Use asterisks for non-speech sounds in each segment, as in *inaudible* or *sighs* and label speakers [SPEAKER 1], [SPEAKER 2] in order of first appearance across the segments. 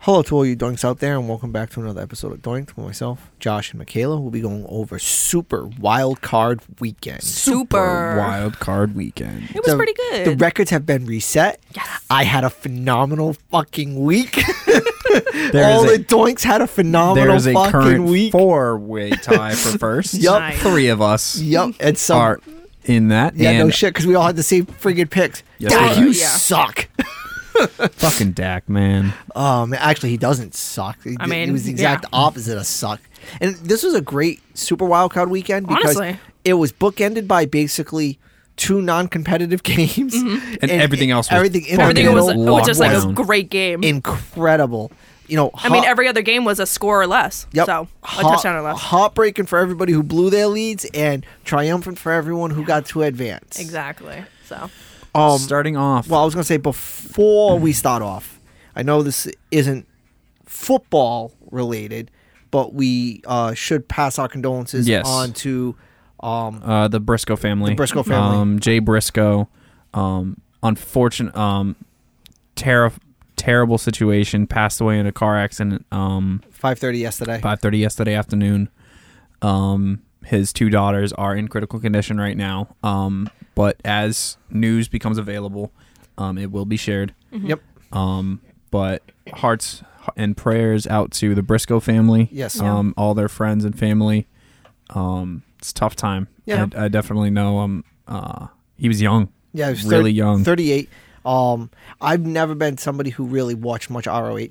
[SPEAKER 1] Hello to all you doinks out there, and welcome back to another episode of Doinked. With myself, Josh, and Michaela, we'll be going over Super Wild Card Weekend.
[SPEAKER 2] Super.
[SPEAKER 3] Wild card weekend.
[SPEAKER 2] It was
[SPEAKER 1] The-
[SPEAKER 2] pretty good.
[SPEAKER 1] The records have been reset.
[SPEAKER 2] Yes.
[SPEAKER 1] I had a phenomenal fucking week. *laughs*
[SPEAKER 3] There
[SPEAKER 1] all
[SPEAKER 3] is
[SPEAKER 1] the doinks had a phenomenal
[SPEAKER 3] there's a
[SPEAKER 1] fucking
[SPEAKER 3] current
[SPEAKER 1] week.
[SPEAKER 3] four-way
[SPEAKER 1] *laughs*
[SPEAKER 3] tie for first.
[SPEAKER 1] Yup.
[SPEAKER 2] Nice.
[SPEAKER 3] Three of us
[SPEAKER 1] Yep, and some
[SPEAKER 3] are in that.
[SPEAKER 1] yeah,
[SPEAKER 3] and
[SPEAKER 1] no shit, because we all had the same friggin' picks.
[SPEAKER 3] Yes,
[SPEAKER 1] Dak,
[SPEAKER 3] we
[SPEAKER 1] you
[SPEAKER 3] did.
[SPEAKER 2] Yeah.
[SPEAKER 1] suck.
[SPEAKER 3] fucking Dak, man.
[SPEAKER 1] Um, actually, he doesn't suck. He,
[SPEAKER 2] I
[SPEAKER 1] d- he
[SPEAKER 2] mean,
[SPEAKER 1] was the
[SPEAKER 2] yeah.
[SPEAKER 1] exact opposite of suck. And this was a great Super Wildcard weekend because
[SPEAKER 2] Honestly.
[SPEAKER 1] it was bookended by basically two non-competitive *laughs* games,
[SPEAKER 3] And everything else was
[SPEAKER 1] everything in the
[SPEAKER 2] Mm-hmm. Everything was,
[SPEAKER 1] middle
[SPEAKER 2] it was just like
[SPEAKER 3] lockdown.
[SPEAKER 2] a great game.
[SPEAKER 1] incredible. You know,
[SPEAKER 2] I mean, every other game was a score or less.
[SPEAKER 1] Yep.
[SPEAKER 2] So a
[SPEAKER 1] Heart-
[SPEAKER 2] touchdown or less.
[SPEAKER 1] Heartbreaking for everybody who blew their leads, and triumphant for everyone who got to advance.
[SPEAKER 2] Exactly. So
[SPEAKER 1] Um,
[SPEAKER 3] Starting off.
[SPEAKER 1] Well, I was going to say before
[SPEAKER 3] Mm-hmm.
[SPEAKER 1] we start off, I know this isn't football related, but we uh, should pass our condolences
[SPEAKER 3] Yes.
[SPEAKER 1] on to. Um,
[SPEAKER 3] uh, the Briscoe family.
[SPEAKER 1] The Briscoe family.
[SPEAKER 3] Um, Jay Briscoe. Um, unfortunate, um, terri- terrible situation. Passed away in a car accident. Um,
[SPEAKER 1] 5:30 yesterday.
[SPEAKER 3] five thirty yesterday afternoon. Um, his two daughters are in critical condition right now. Um, but as news becomes available, um, it will be shared.
[SPEAKER 1] Yep.
[SPEAKER 3] Um, but hearts and prayers out to the Briscoe family.
[SPEAKER 1] Yes. Yeah.
[SPEAKER 3] Um, all their friends and family. Um, it's a tough time.
[SPEAKER 1] Yeah.
[SPEAKER 3] I, I definitely know. Um, uh, he was young.
[SPEAKER 1] Yeah, he was
[SPEAKER 3] really
[SPEAKER 1] 30
[SPEAKER 3] young.
[SPEAKER 1] 38. Um, I've never been somebody who really watched much ROH. Uh,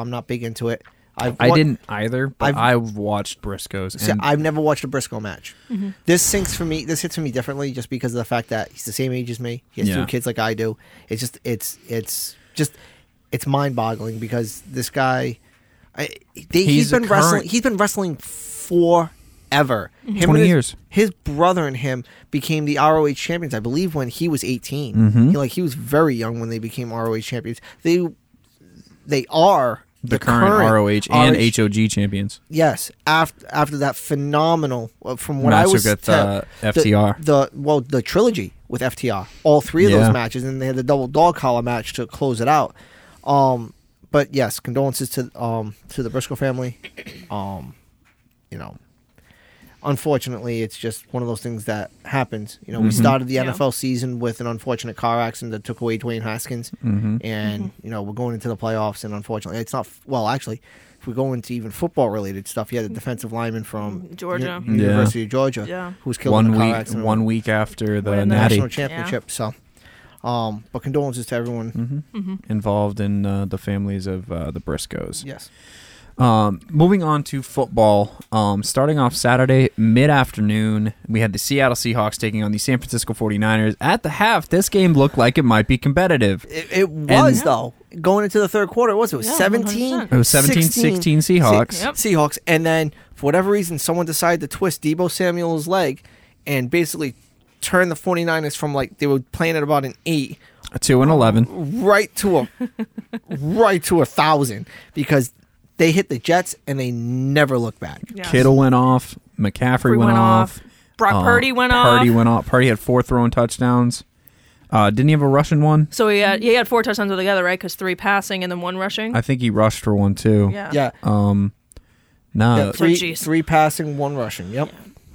[SPEAKER 1] I'm not big into it. I've
[SPEAKER 3] I
[SPEAKER 1] wa-
[SPEAKER 3] didn't either, but
[SPEAKER 1] I've-
[SPEAKER 3] I've, watched Briscoes.
[SPEAKER 1] See,
[SPEAKER 3] and
[SPEAKER 1] I've never watched a Briscoe match. This sinks for me. This hits for me differently, just because of the fact that he's the same age as me. He has two
[SPEAKER 3] Yeah.
[SPEAKER 1] kids like I do. It's just, it's, it's just, it's mind-boggling because this guy, I, they, he's
[SPEAKER 3] He's a
[SPEAKER 1] been wrestling.
[SPEAKER 3] current-
[SPEAKER 1] He's been wrestling forever. Him and
[SPEAKER 3] 20
[SPEAKER 1] his-
[SPEAKER 3] years.
[SPEAKER 1] His brother and him became the ROH champions, I believe, when he was 18
[SPEAKER 3] Mm-hmm.
[SPEAKER 1] He, like he was very young when they became ROH champions. They, they are
[SPEAKER 3] the, current, ROH and HOG champions.
[SPEAKER 1] Yes, after after that phenomenal uh, from what I
[SPEAKER 3] Match
[SPEAKER 1] was
[SPEAKER 3] with,
[SPEAKER 1] te-
[SPEAKER 3] uh, FTR.
[SPEAKER 1] the, well the trilogy with FTR, all three of
[SPEAKER 3] Yeah.
[SPEAKER 1] those matches, and they had the double dog collar match to close it out. Um, but yes, condolences to um to the Briscoe family. Um, you know, unfortunately, it's just one of those things that happens. You know,
[SPEAKER 3] Mm-hmm.
[SPEAKER 1] we started the
[SPEAKER 2] Yeah.
[SPEAKER 1] NFL season with an unfortunate car accident that took away Dwayne Haskins,
[SPEAKER 3] Mm-hmm.
[SPEAKER 1] and
[SPEAKER 2] Mm-hmm.
[SPEAKER 1] you know we're going into the playoffs, and unfortunately, it's not. Well, actually, if we go into even football related stuff, you had a defensive lineman from
[SPEAKER 2] Mm-hmm. Georgia.
[SPEAKER 1] U-
[SPEAKER 3] Yeah.
[SPEAKER 1] University of Georgia,
[SPEAKER 2] Yeah.
[SPEAKER 1] who was killed in
[SPEAKER 3] One
[SPEAKER 1] a car
[SPEAKER 3] week,
[SPEAKER 1] accident,
[SPEAKER 3] one week after the
[SPEAKER 2] When the
[SPEAKER 3] Natty
[SPEAKER 1] national championship. So, um, but condolences to everyone.
[SPEAKER 3] Mm-hmm. involved in uh, the families of uh, the Briscoes.
[SPEAKER 1] Yes,
[SPEAKER 3] Um, moving on to football, um, starting off Saturday mid afternoon, we had the Seattle Seahawks taking on the San Francisco 49ers. At the half, this game looked like it might be competitive.
[SPEAKER 1] it, it was though going into the third quarter. It was it was
[SPEAKER 2] Yeah,
[SPEAKER 1] seventeen.
[SPEAKER 2] 100%.
[SPEAKER 3] It was 17 16 Seahawks.
[SPEAKER 2] Yep.
[SPEAKER 1] Seahawks, and then for whatever reason, someone decided to twist Debo Samuel's leg and basically turn the 49ers from like they were playing at about an eight
[SPEAKER 3] 2 and 11.
[SPEAKER 1] right to
[SPEAKER 2] *laughs*
[SPEAKER 1] a right to a thousand because they hit the Jets and they never look back.
[SPEAKER 2] Yeah.
[SPEAKER 3] Kittle went off. McCaffrey
[SPEAKER 2] Three
[SPEAKER 3] went, off.
[SPEAKER 2] Brock
[SPEAKER 3] Uh,
[SPEAKER 2] Purdy went off.
[SPEAKER 3] Purdy went off. Purdy had four thrown touchdowns. Uh, didn't he have a rushing one?
[SPEAKER 2] So he had he had four touchdowns altogether, right? Because three passing and then one rushing.
[SPEAKER 3] I think he rushed for one too.
[SPEAKER 2] yeah.
[SPEAKER 1] Yeah.
[SPEAKER 3] Um, nah,
[SPEAKER 1] Yeah, three,
[SPEAKER 2] jeez.
[SPEAKER 1] three passing, one rushing. Yep.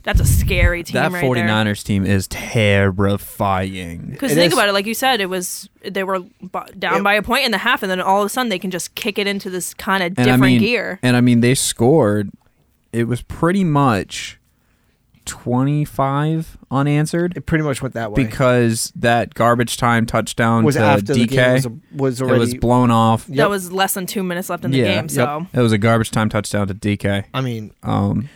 [SPEAKER 2] That's a scary team.
[SPEAKER 3] that
[SPEAKER 2] right
[SPEAKER 3] 49ers team is terrifying.
[SPEAKER 2] Because
[SPEAKER 1] It
[SPEAKER 2] think
[SPEAKER 1] is.
[SPEAKER 2] about it, like you said, it was they were bu- down
[SPEAKER 1] It-
[SPEAKER 2] by a point and a half, and then all of a sudden they can just kick it into this kind of
[SPEAKER 3] And
[SPEAKER 2] different
[SPEAKER 3] I mean,
[SPEAKER 2] gear.
[SPEAKER 3] and I mean, they scored. It was pretty much twenty-five unanswered
[SPEAKER 1] It pretty much went that way.
[SPEAKER 3] because that garbage time touchdown
[SPEAKER 1] was
[SPEAKER 3] to
[SPEAKER 1] after the game
[SPEAKER 3] DK
[SPEAKER 1] was, was
[SPEAKER 3] it
[SPEAKER 1] already.
[SPEAKER 3] was blown off.
[SPEAKER 1] Yep.
[SPEAKER 2] That was less than two minutes left in the
[SPEAKER 3] yeah,
[SPEAKER 2] game.
[SPEAKER 3] yep.
[SPEAKER 2] So
[SPEAKER 3] it was a garbage time touchdown to DK.
[SPEAKER 1] I mean,
[SPEAKER 3] Um,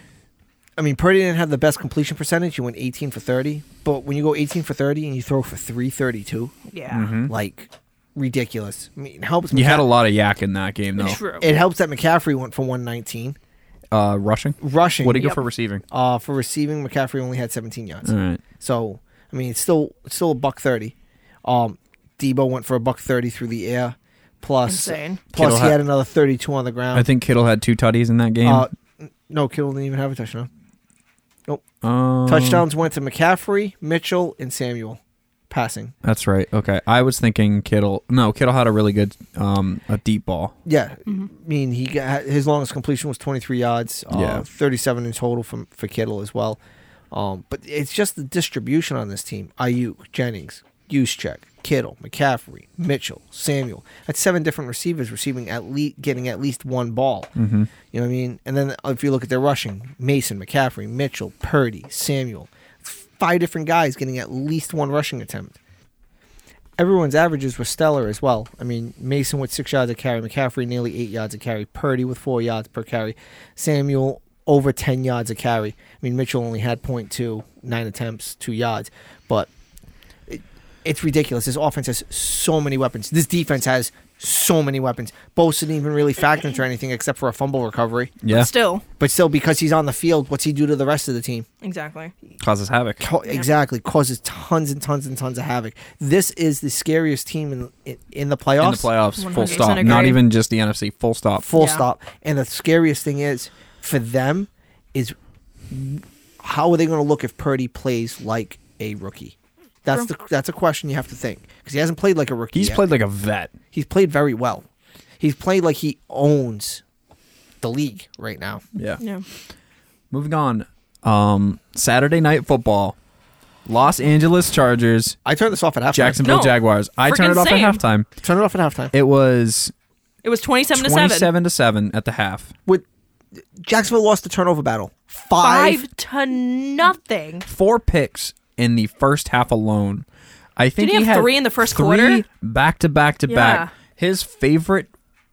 [SPEAKER 1] I mean, Purdy didn't have the best completion percentage. He went 18 for 30, but when you go 18 for 30 and you throw for 332,
[SPEAKER 2] yeah,
[SPEAKER 3] Mm-hmm.
[SPEAKER 1] like ridiculous. I mean, it helps.
[SPEAKER 3] Hmm. you had a
[SPEAKER 1] McCa-
[SPEAKER 3] lot of yak in that game though.
[SPEAKER 2] true.
[SPEAKER 1] It helps that McCaffrey went for 119
[SPEAKER 3] Uh, rushing.
[SPEAKER 1] rushing.
[SPEAKER 3] What do you
[SPEAKER 2] Yep.
[SPEAKER 3] Mm. go for receiving?
[SPEAKER 1] uh, for receiving, McCaffrey only had 17 yards.
[SPEAKER 3] All right.
[SPEAKER 1] So I mean, it's still it's still a buck 30. Um, Debo went for a buck 30 through the air. Plus,
[SPEAKER 2] Insane.
[SPEAKER 1] plus
[SPEAKER 3] Kittle
[SPEAKER 1] he
[SPEAKER 3] had-
[SPEAKER 1] had another 32 on the ground.
[SPEAKER 3] I think Kittle had two tutties in that game.
[SPEAKER 1] uh, n- no, Kittle didn't even have a touchdown.
[SPEAKER 3] Um,
[SPEAKER 1] Touchdowns went to McCaffrey, Mitchell, and Samuel. passing.
[SPEAKER 3] That's right. Okay. I was thinking Kittle. No, Kittle had a really good um a deep ball.
[SPEAKER 1] Yeah, I mean he got, his longest completion was 23 yards, uh,
[SPEAKER 3] Yeah.
[SPEAKER 1] 37 in total from for Kittle as well. Um, but it's just the distribution on this team: Ayuk, Jennings, Juszczyk, Kittle, McCaffrey, Mitchell, Samuel. That's seven different receivers receiving at least getting at least one ball. Mm-hmm. You know what I mean? And then if you look at their rushing: Mason, McCaffrey, Mitchell, Purdy, Samuel. It's five different guys getting at least one rushing attempt everyone's averages were stellar as well. I mean, Mason with six yards a carry, McCaffrey nearly eight yards a carry, Purdy with four yards per carry, Samuel over ten yards a carry. I mean, Mitchell only had point two, nine attempts, two yards, but it, it's ridiculous. This offense has so many weapons. This defense has so many weapons. Bosa didn't even really factor into anything except for a fumble recovery.
[SPEAKER 3] Yeah.
[SPEAKER 2] Still,
[SPEAKER 1] But still, because he's on the field, what's he do to the rest of the team?
[SPEAKER 2] exactly.
[SPEAKER 3] Causes havoc.
[SPEAKER 1] Co- exactly causes tons and tons and tons of havoc. This is the scariest team in in, in the playoffs.
[SPEAKER 3] In the playoffs, full
[SPEAKER 2] 100%
[SPEAKER 3] stop.
[SPEAKER 2] agree.
[SPEAKER 3] Not even just the NFC, full stop.
[SPEAKER 1] Full
[SPEAKER 2] Yeah.
[SPEAKER 1] stop. And the scariest thing is for them is how are they going to look if Purdy plays like a rookie? That's the that's a question you have to think because he hasn't played like a rookie.
[SPEAKER 3] He's
[SPEAKER 1] yet.
[SPEAKER 3] played like a vet.
[SPEAKER 1] He's played very well. He's played like he owns the league right now.
[SPEAKER 3] Yeah.
[SPEAKER 2] Yeah.
[SPEAKER 3] Moving on. Um Saturday night football. Los Angeles Chargers,
[SPEAKER 1] I turned this off at halftime.
[SPEAKER 3] Jacksonville
[SPEAKER 2] No.
[SPEAKER 3] Jaguars. I turned
[SPEAKER 2] Freaking
[SPEAKER 3] it off
[SPEAKER 2] same.
[SPEAKER 3] at halftime.
[SPEAKER 1] turn it off at halftime.
[SPEAKER 3] It was
[SPEAKER 2] It was 27, to 7.
[SPEAKER 3] 27 to 7 at the half.
[SPEAKER 1] With Jacksonville lost the turnover battle. Five.
[SPEAKER 2] 5 to nothing.
[SPEAKER 3] Four picks in the first half alone. I think
[SPEAKER 2] he have
[SPEAKER 3] had
[SPEAKER 2] three in the first
[SPEAKER 3] three
[SPEAKER 2] quarter?
[SPEAKER 3] Back to back to
[SPEAKER 2] Yeah.
[SPEAKER 3] back. His favorite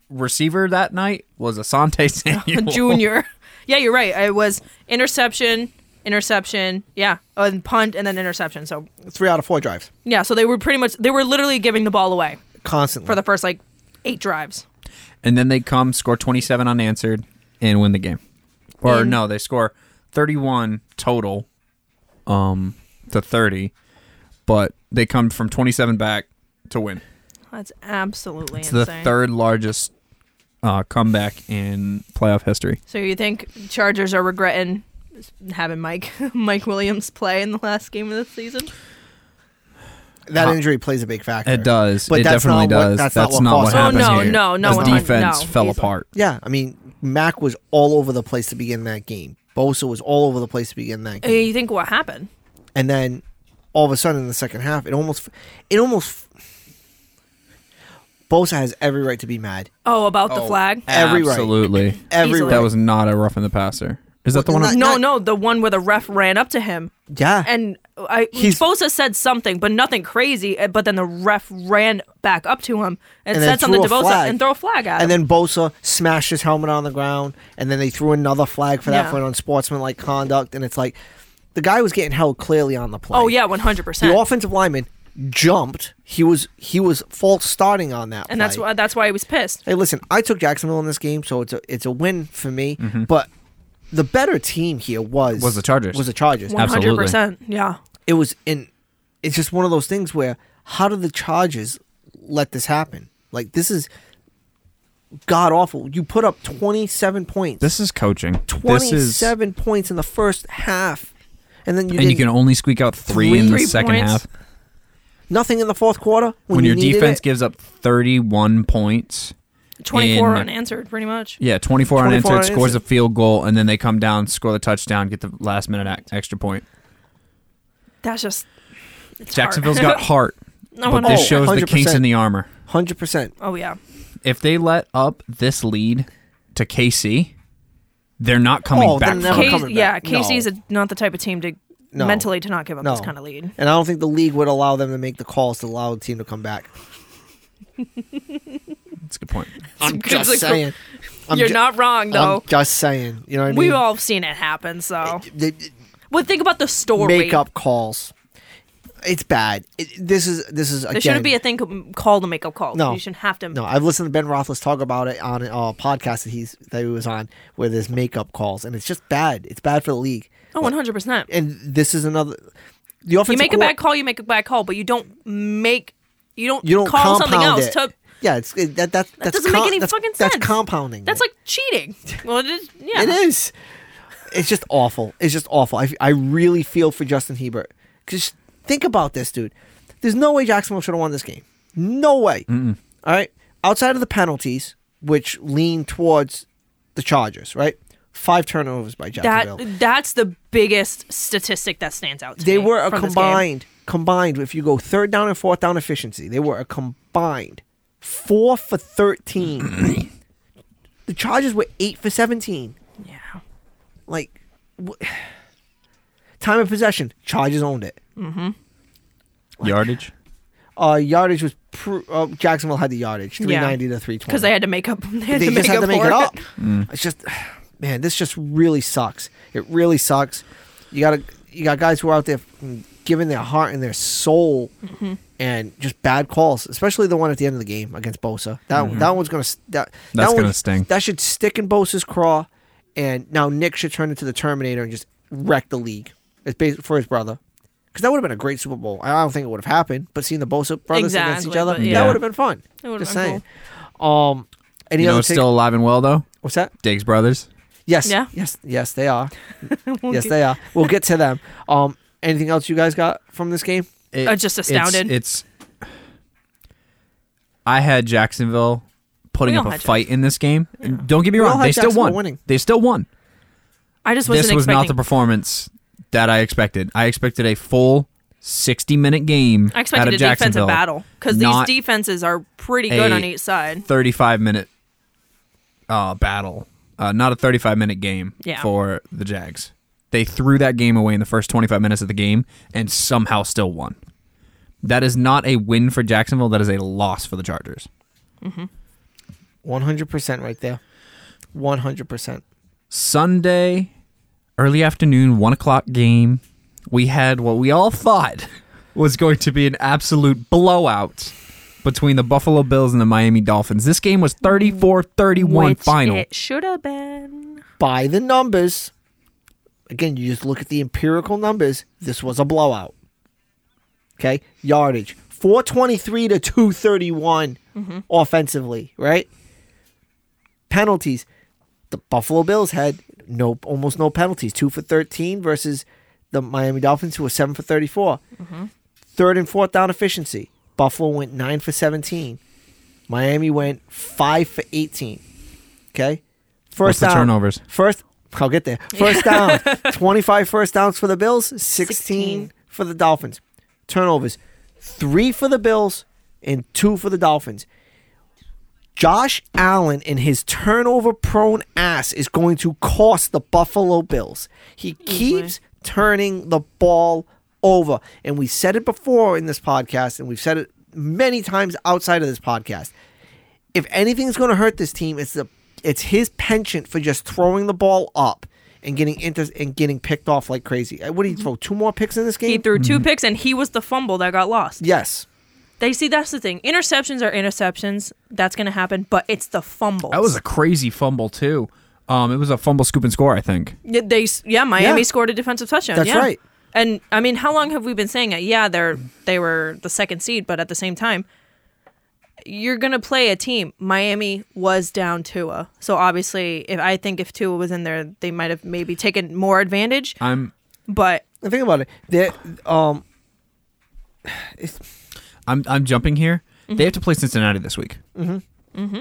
[SPEAKER 3] receiver that night
[SPEAKER 2] *laughs*
[SPEAKER 3] was Asante Samuel.
[SPEAKER 2] Junior. Yeah, you're right. It was interception, interception, yeah, and punt, and then interception. So,
[SPEAKER 1] Three out of four drives.
[SPEAKER 2] yeah, so they were pretty much, they were literally giving the ball away
[SPEAKER 1] Constantly.
[SPEAKER 2] for the first like eight drives.
[SPEAKER 3] and then they come score 27 unanswered and win the game or
[SPEAKER 2] And-
[SPEAKER 3] no they score 31 total um to 30 but they come from 27 back to win
[SPEAKER 2] That's absolutely
[SPEAKER 3] it's the
[SPEAKER 2] insane.
[SPEAKER 3] third largest uh, comeback in playoff history
[SPEAKER 2] So you think Chargers are regretting having Mike *laughs* Mike Williams play in the last game of the season?
[SPEAKER 1] that injury plays a big factor.
[SPEAKER 3] Uh, it does
[SPEAKER 1] But
[SPEAKER 3] it
[SPEAKER 1] that's
[SPEAKER 3] definitely
[SPEAKER 1] not what-
[SPEAKER 3] does
[SPEAKER 1] that's
[SPEAKER 3] that's,
[SPEAKER 1] not what
[SPEAKER 3] not what,
[SPEAKER 1] caused it.
[SPEAKER 2] Oh,
[SPEAKER 3] happened
[SPEAKER 2] no,
[SPEAKER 3] here.
[SPEAKER 2] no, no,
[SPEAKER 3] the
[SPEAKER 2] 100
[SPEAKER 3] defense
[SPEAKER 2] no,
[SPEAKER 3] fell
[SPEAKER 2] easily.
[SPEAKER 3] apart
[SPEAKER 1] Yeah, I mean, Mac was all over the place to begin that game. Bosa was all over the place to begin that
[SPEAKER 2] Uh,
[SPEAKER 1] game,
[SPEAKER 2] You think what happened?
[SPEAKER 1] and then all of a sudden in the second half, it almost, it almost. Bosa has every right to be mad.
[SPEAKER 2] Oh, about the flag?
[SPEAKER 3] eh,
[SPEAKER 1] Every right.
[SPEAKER 3] absolutely
[SPEAKER 1] Every
[SPEAKER 2] Easily.
[SPEAKER 1] right.
[SPEAKER 3] that was not a rough in the passer is that the
[SPEAKER 1] Well,
[SPEAKER 3] one
[SPEAKER 1] not-
[SPEAKER 2] No, no, the one where the ref ran up to him.
[SPEAKER 1] yeah,
[SPEAKER 2] And I
[SPEAKER 1] He's-
[SPEAKER 2] Bosa said something, but nothing crazy. uh, But then the ref ran back up to him and,
[SPEAKER 1] And then
[SPEAKER 2] said something
[SPEAKER 1] threw
[SPEAKER 2] to
[SPEAKER 1] a
[SPEAKER 2] Bosa
[SPEAKER 1] flag.
[SPEAKER 2] and throw a flag at
[SPEAKER 1] and
[SPEAKER 2] him.
[SPEAKER 1] then Bosa smashed his helmet on the ground, and then they threw another flag for that
[SPEAKER 2] Yeah.
[SPEAKER 1] for an unsportsmanlike conduct, and it's like, the guy was getting held clearly on the play.
[SPEAKER 2] oh yeah, one hundred percent.
[SPEAKER 1] the offensive lineman jumped. He was he was false starting on that,
[SPEAKER 2] And that's
[SPEAKER 1] play.
[SPEAKER 2] why that's why he was pissed.
[SPEAKER 1] Hey, listen, I took Jacksonville in this game, so it's a it's a win for me. But the better team here was
[SPEAKER 3] Mm-hmm. Was the Chargers.
[SPEAKER 1] Was the Chargers?
[SPEAKER 2] One hundred percent. Yeah.
[SPEAKER 1] It was in. It's just one of those things where how did the Chargers let this happen? Like this is god awful. You put up twenty seven points.
[SPEAKER 3] this is coaching this
[SPEAKER 1] twenty
[SPEAKER 3] is
[SPEAKER 1] seven points in the first half, and then you
[SPEAKER 3] and you
[SPEAKER 1] did
[SPEAKER 3] can only squeak out three, in the
[SPEAKER 2] Three
[SPEAKER 3] second
[SPEAKER 2] points.
[SPEAKER 3] half
[SPEAKER 1] nothing in the fourth quarter when,
[SPEAKER 3] when
[SPEAKER 1] you
[SPEAKER 3] your
[SPEAKER 1] needed
[SPEAKER 3] defense
[SPEAKER 1] it.
[SPEAKER 3] gives up 31 points.
[SPEAKER 2] Twenty four
[SPEAKER 3] In-
[SPEAKER 2] unanswered, pretty much.
[SPEAKER 3] Yeah,
[SPEAKER 1] 24
[SPEAKER 3] 24, unanswered,
[SPEAKER 1] unanswered.
[SPEAKER 3] scores a field goal, and then they come down, score the touchdown, get the last minute ac- extra point.
[SPEAKER 2] That's just it's hard.
[SPEAKER 3] Jacksonville's got heart,
[SPEAKER 2] No,
[SPEAKER 3] but
[SPEAKER 2] no.
[SPEAKER 3] this
[SPEAKER 1] Oh,
[SPEAKER 3] shows the kinks
[SPEAKER 1] 100%.
[SPEAKER 3] in the armor.
[SPEAKER 1] hundred percent.
[SPEAKER 2] *laughs* Oh yeah.
[SPEAKER 3] If they let up this lead to KC, they're not coming
[SPEAKER 1] Oh, they're
[SPEAKER 3] back.
[SPEAKER 1] never
[SPEAKER 3] from it.
[SPEAKER 1] coming
[SPEAKER 2] K-
[SPEAKER 1] back.
[SPEAKER 2] yeah,
[SPEAKER 1] No.
[SPEAKER 2] KC is a, not the type of team to
[SPEAKER 1] No.
[SPEAKER 2] mentally to not give up
[SPEAKER 1] No.
[SPEAKER 2] this kind of lead.
[SPEAKER 1] And I don't think the league would allow them to make the calls to allow the team to come back.
[SPEAKER 3] That's a good point.
[SPEAKER 1] I'm
[SPEAKER 2] *laughs* It's
[SPEAKER 1] just
[SPEAKER 2] like-
[SPEAKER 1] saying. I'm
[SPEAKER 2] You're
[SPEAKER 1] ju-
[SPEAKER 2] not wrong
[SPEAKER 1] I'm
[SPEAKER 2] though.
[SPEAKER 1] just saying. You know what I mean?
[SPEAKER 2] We've all seen it happen. So,
[SPEAKER 1] They- they-
[SPEAKER 2] but think about the story.
[SPEAKER 1] makeup calls. It's bad. It, this is this is again.
[SPEAKER 2] There shouldn't be a thing c- called a makeup call.
[SPEAKER 1] No.
[SPEAKER 2] you shouldn't have to.
[SPEAKER 1] no, I've listened to Ben Roethlis talk about it on a uh, podcast that he's that he was on where there's makeup calls, and it's just bad. It's bad for the league.
[SPEAKER 2] Oh, one hundred percent.
[SPEAKER 1] And this is another. The offensive
[SPEAKER 2] You make a
[SPEAKER 1] coor-
[SPEAKER 2] bad call, you make a bad call, but you don't make you don't
[SPEAKER 1] You don't
[SPEAKER 2] call something
[SPEAKER 1] compound
[SPEAKER 2] else.
[SPEAKER 1] it.
[SPEAKER 2] To,
[SPEAKER 1] yeah, it's it, that that that's
[SPEAKER 2] doesn't make any
[SPEAKER 1] that's,
[SPEAKER 2] fucking sense.
[SPEAKER 1] That's compounding.
[SPEAKER 2] that's
[SPEAKER 1] it.
[SPEAKER 2] like cheating. Well, it is. Yeah,
[SPEAKER 1] It is. It's just awful. It's just awful. I, I really feel for Justin Hebert. Just think about this, dude. There's no way Jacksonville should have won this game. No way. All right. Outside of the penalties, which lean towards the Chargers, right? Five turnovers by Jacksonville.
[SPEAKER 2] That that's the biggest statistic that stands out. To
[SPEAKER 1] they
[SPEAKER 2] me
[SPEAKER 1] were a
[SPEAKER 2] from this game.
[SPEAKER 1] combined combined if you go third down and fourth down efficiency they were a combined four for
[SPEAKER 2] *clears throat*
[SPEAKER 1] 13 the chargers were eight for 17
[SPEAKER 2] Yeah.
[SPEAKER 1] like w- *sighs* time of possession chargers owned it
[SPEAKER 3] Yardage.
[SPEAKER 1] uh yardage was pr- uh, jacksonville had the yardage
[SPEAKER 2] Yeah.
[SPEAKER 1] 390 to 320
[SPEAKER 2] Because they had to make up. *laughs* They had
[SPEAKER 1] they
[SPEAKER 2] to
[SPEAKER 1] just
[SPEAKER 2] make
[SPEAKER 1] had
[SPEAKER 2] up
[SPEAKER 1] to make
[SPEAKER 2] for
[SPEAKER 1] it up.
[SPEAKER 2] *laughs*
[SPEAKER 1] Mm. It's just, man, this just really sucks. It really sucks. You got to you got guys who are out there fucking giving their heart and their soul,
[SPEAKER 2] Mm-hmm.
[SPEAKER 1] and just bad calls, especially the one at the end of the game against Bosa. That that one's gonna s- that that
[SPEAKER 3] Mm-hmm. That's
[SPEAKER 1] one-
[SPEAKER 3] gonna sting.
[SPEAKER 1] That should stick in Bosa's craw, and now Nick should turn into the Terminator and just wreck the league. It's based for his brother. Because that would have been a great Super Bowl. I don't think it would have happened, but seeing the Bosa brothers against each
[SPEAKER 2] Exactly,
[SPEAKER 1] other,
[SPEAKER 2] but
[SPEAKER 3] yeah.
[SPEAKER 1] that would have been fun.
[SPEAKER 2] It would've
[SPEAKER 1] Just
[SPEAKER 2] been
[SPEAKER 1] saying. Um, any
[SPEAKER 3] You know,
[SPEAKER 1] other
[SPEAKER 3] it's
[SPEAKER 1] take-
[SPEAKER 3] still alive and well though.
[SPEAKER 1] What's that?
[SPEAKER 3] Diggs brothers.
[SPEAKER 1] Yes.
[SPEAKER 2] Yeah.
[SPEAKER 1] Yes. Yes, they are. yes,
[SPEAKER 2] get-
[SPEAKER 1] they are. We'll get to them. Um, anything else you guys got from this game?
[SPEAKER 3] It,
[SPEAKER 2] I'm Uh, just
[SPEAKER 3] it's-
[SPEAKER 2] astounded.
[SPEAKER 3] It's, I had Jacksonville putting
[SPEAKER 2] We
[SPEAKER 3] up
[SPEAKER 2] all
[SPEAKER 3] a
[SPEAKER 2] had
[SPEAKER 3] fight in this game. And Don't get me
[SPEAKER 1] We all
[SPEAKER 3] wrong,
[SPEAKER 1] had
[SPEAKER 3] they still
[SPEAKER 1] Jacksonville
[SPEAKER 3] won.
[SPEAKER 1] winning.
[SPEAKER 3] They still won.
[SPEAKER 2] I just wasn't
[SPEAKER 3] This was
[SPEAKER 2] expecting.
[SPEAKER 3] not the performance that I expected. I expected a full 60 minute game.
[SPEAKER 2] I
[SPEAKER 3] out
[SPEAKER 2] expected
[SPEAKER 3] of
[SPEAKER 2] a
[SPEAKER 3] Jacksonville,
[SPEAKER 2] defensive battle because these
[SPEAKER 3] not
[SPEAKER 2] defenses are pretty good
[SPEAKER 3] a-
[SPEAKER 2] on each side.
[SPEAKER 3] 35 minute uh, battle, uh, not a 35 minute game
[SPEAKER 2] Yeah.
[SPEAKER 3] for the Jags. They threw that game away in the first 25 minutes of the game and somehow still won. That is not a win for Jacksonville. That is a loss for the Chargers.
[SPEAKER 1] One hundred percent, right there. One hundred percent.
[SPEAKER 3] Sunday, early afternoon, one o'clock game. We had what we all thought *laughs* was going to be an absolute blowout between the Buffalo Bills and the Miami Dolphins. This game was 34 31
[SPEAKER 2] Which
[SPEAKER 3] final.
[SPEAKER 2] It should have been.
[SPEAKER 1] By the numbers, again, you just look at the empirical numbers. This was a blowout. Okay, yardage four twenty three to two offensively, right? Penalties, the Buffalo Bills had no almost no penalties, two for thirteen versus the Miami Dolphins who were seven for thirty Third and fourth down efficiency, Buffalo went nine for seventeen. Miami went five for eighteen. Okay, first
[SPEAKER 3] What's the
[SPEAKER 1] down
[SPEAKER 3] turnovers?
[SPEAKER 1] First, I'll get there. First down, 25 first downs for the Bills, 16,
[SPEAKER 2] 16.
[SPEAKER 1] for the Dolphins. Turnovers, three for the Bills and two for the Dolphins. Josh Allen and his turnover prone ass is going to cost the Buffalo Bills. He keeps turning the ball over. And we said it before in this podcast, and we've said it many times outside of this podcast. If anything's going to hurt this team, it's the it's his penchant for just throwing the ball up and getting inter- and getting picked off like crazy. Uh, What did he throw? Two more picks in this game?
[SPEAKER 2] Mm-hmm. He threw two picks and he was the fumble that got lost.
[SPEAKER 1] yes.
[SPEAKER 2] They see that's the thing. Interceptions are interceptions. That's going to happen, but it's the fumble.
[SPEAKER 3] That was a crazy fumble too. Um, it was a fumble, scoop, and score. I think.
[SPEAKER 2] Yeah, They s- yeah, Miami
[SPEAKER 1] Yeah.
[SPEAKER 2] scored a defensive touchdown.
[SPEAKER 1] That's
[SPEAKER 2] yeah.
[SPEAKER 1] right.
[SPEAKER 2] And I mean, how long have we been saying it? Yeah, they're they were the second seed, but at the same time, you're gonna play a team. Miami was down Tua, so obviously, if I think if Tua was in there, they might have maybe taken more advantage.
[SPEAKER 3] I'm
[SPEAKER 2] But
[SPEAKER 1] And think about it. There, um,
[SPEAKER 3] I'm I'm jumping here.
[SPEAKER 1] Mm-hmm.
[SPEAKER 3] They have to play Cincinnati this week. Mm-hmm. Mm-hmm.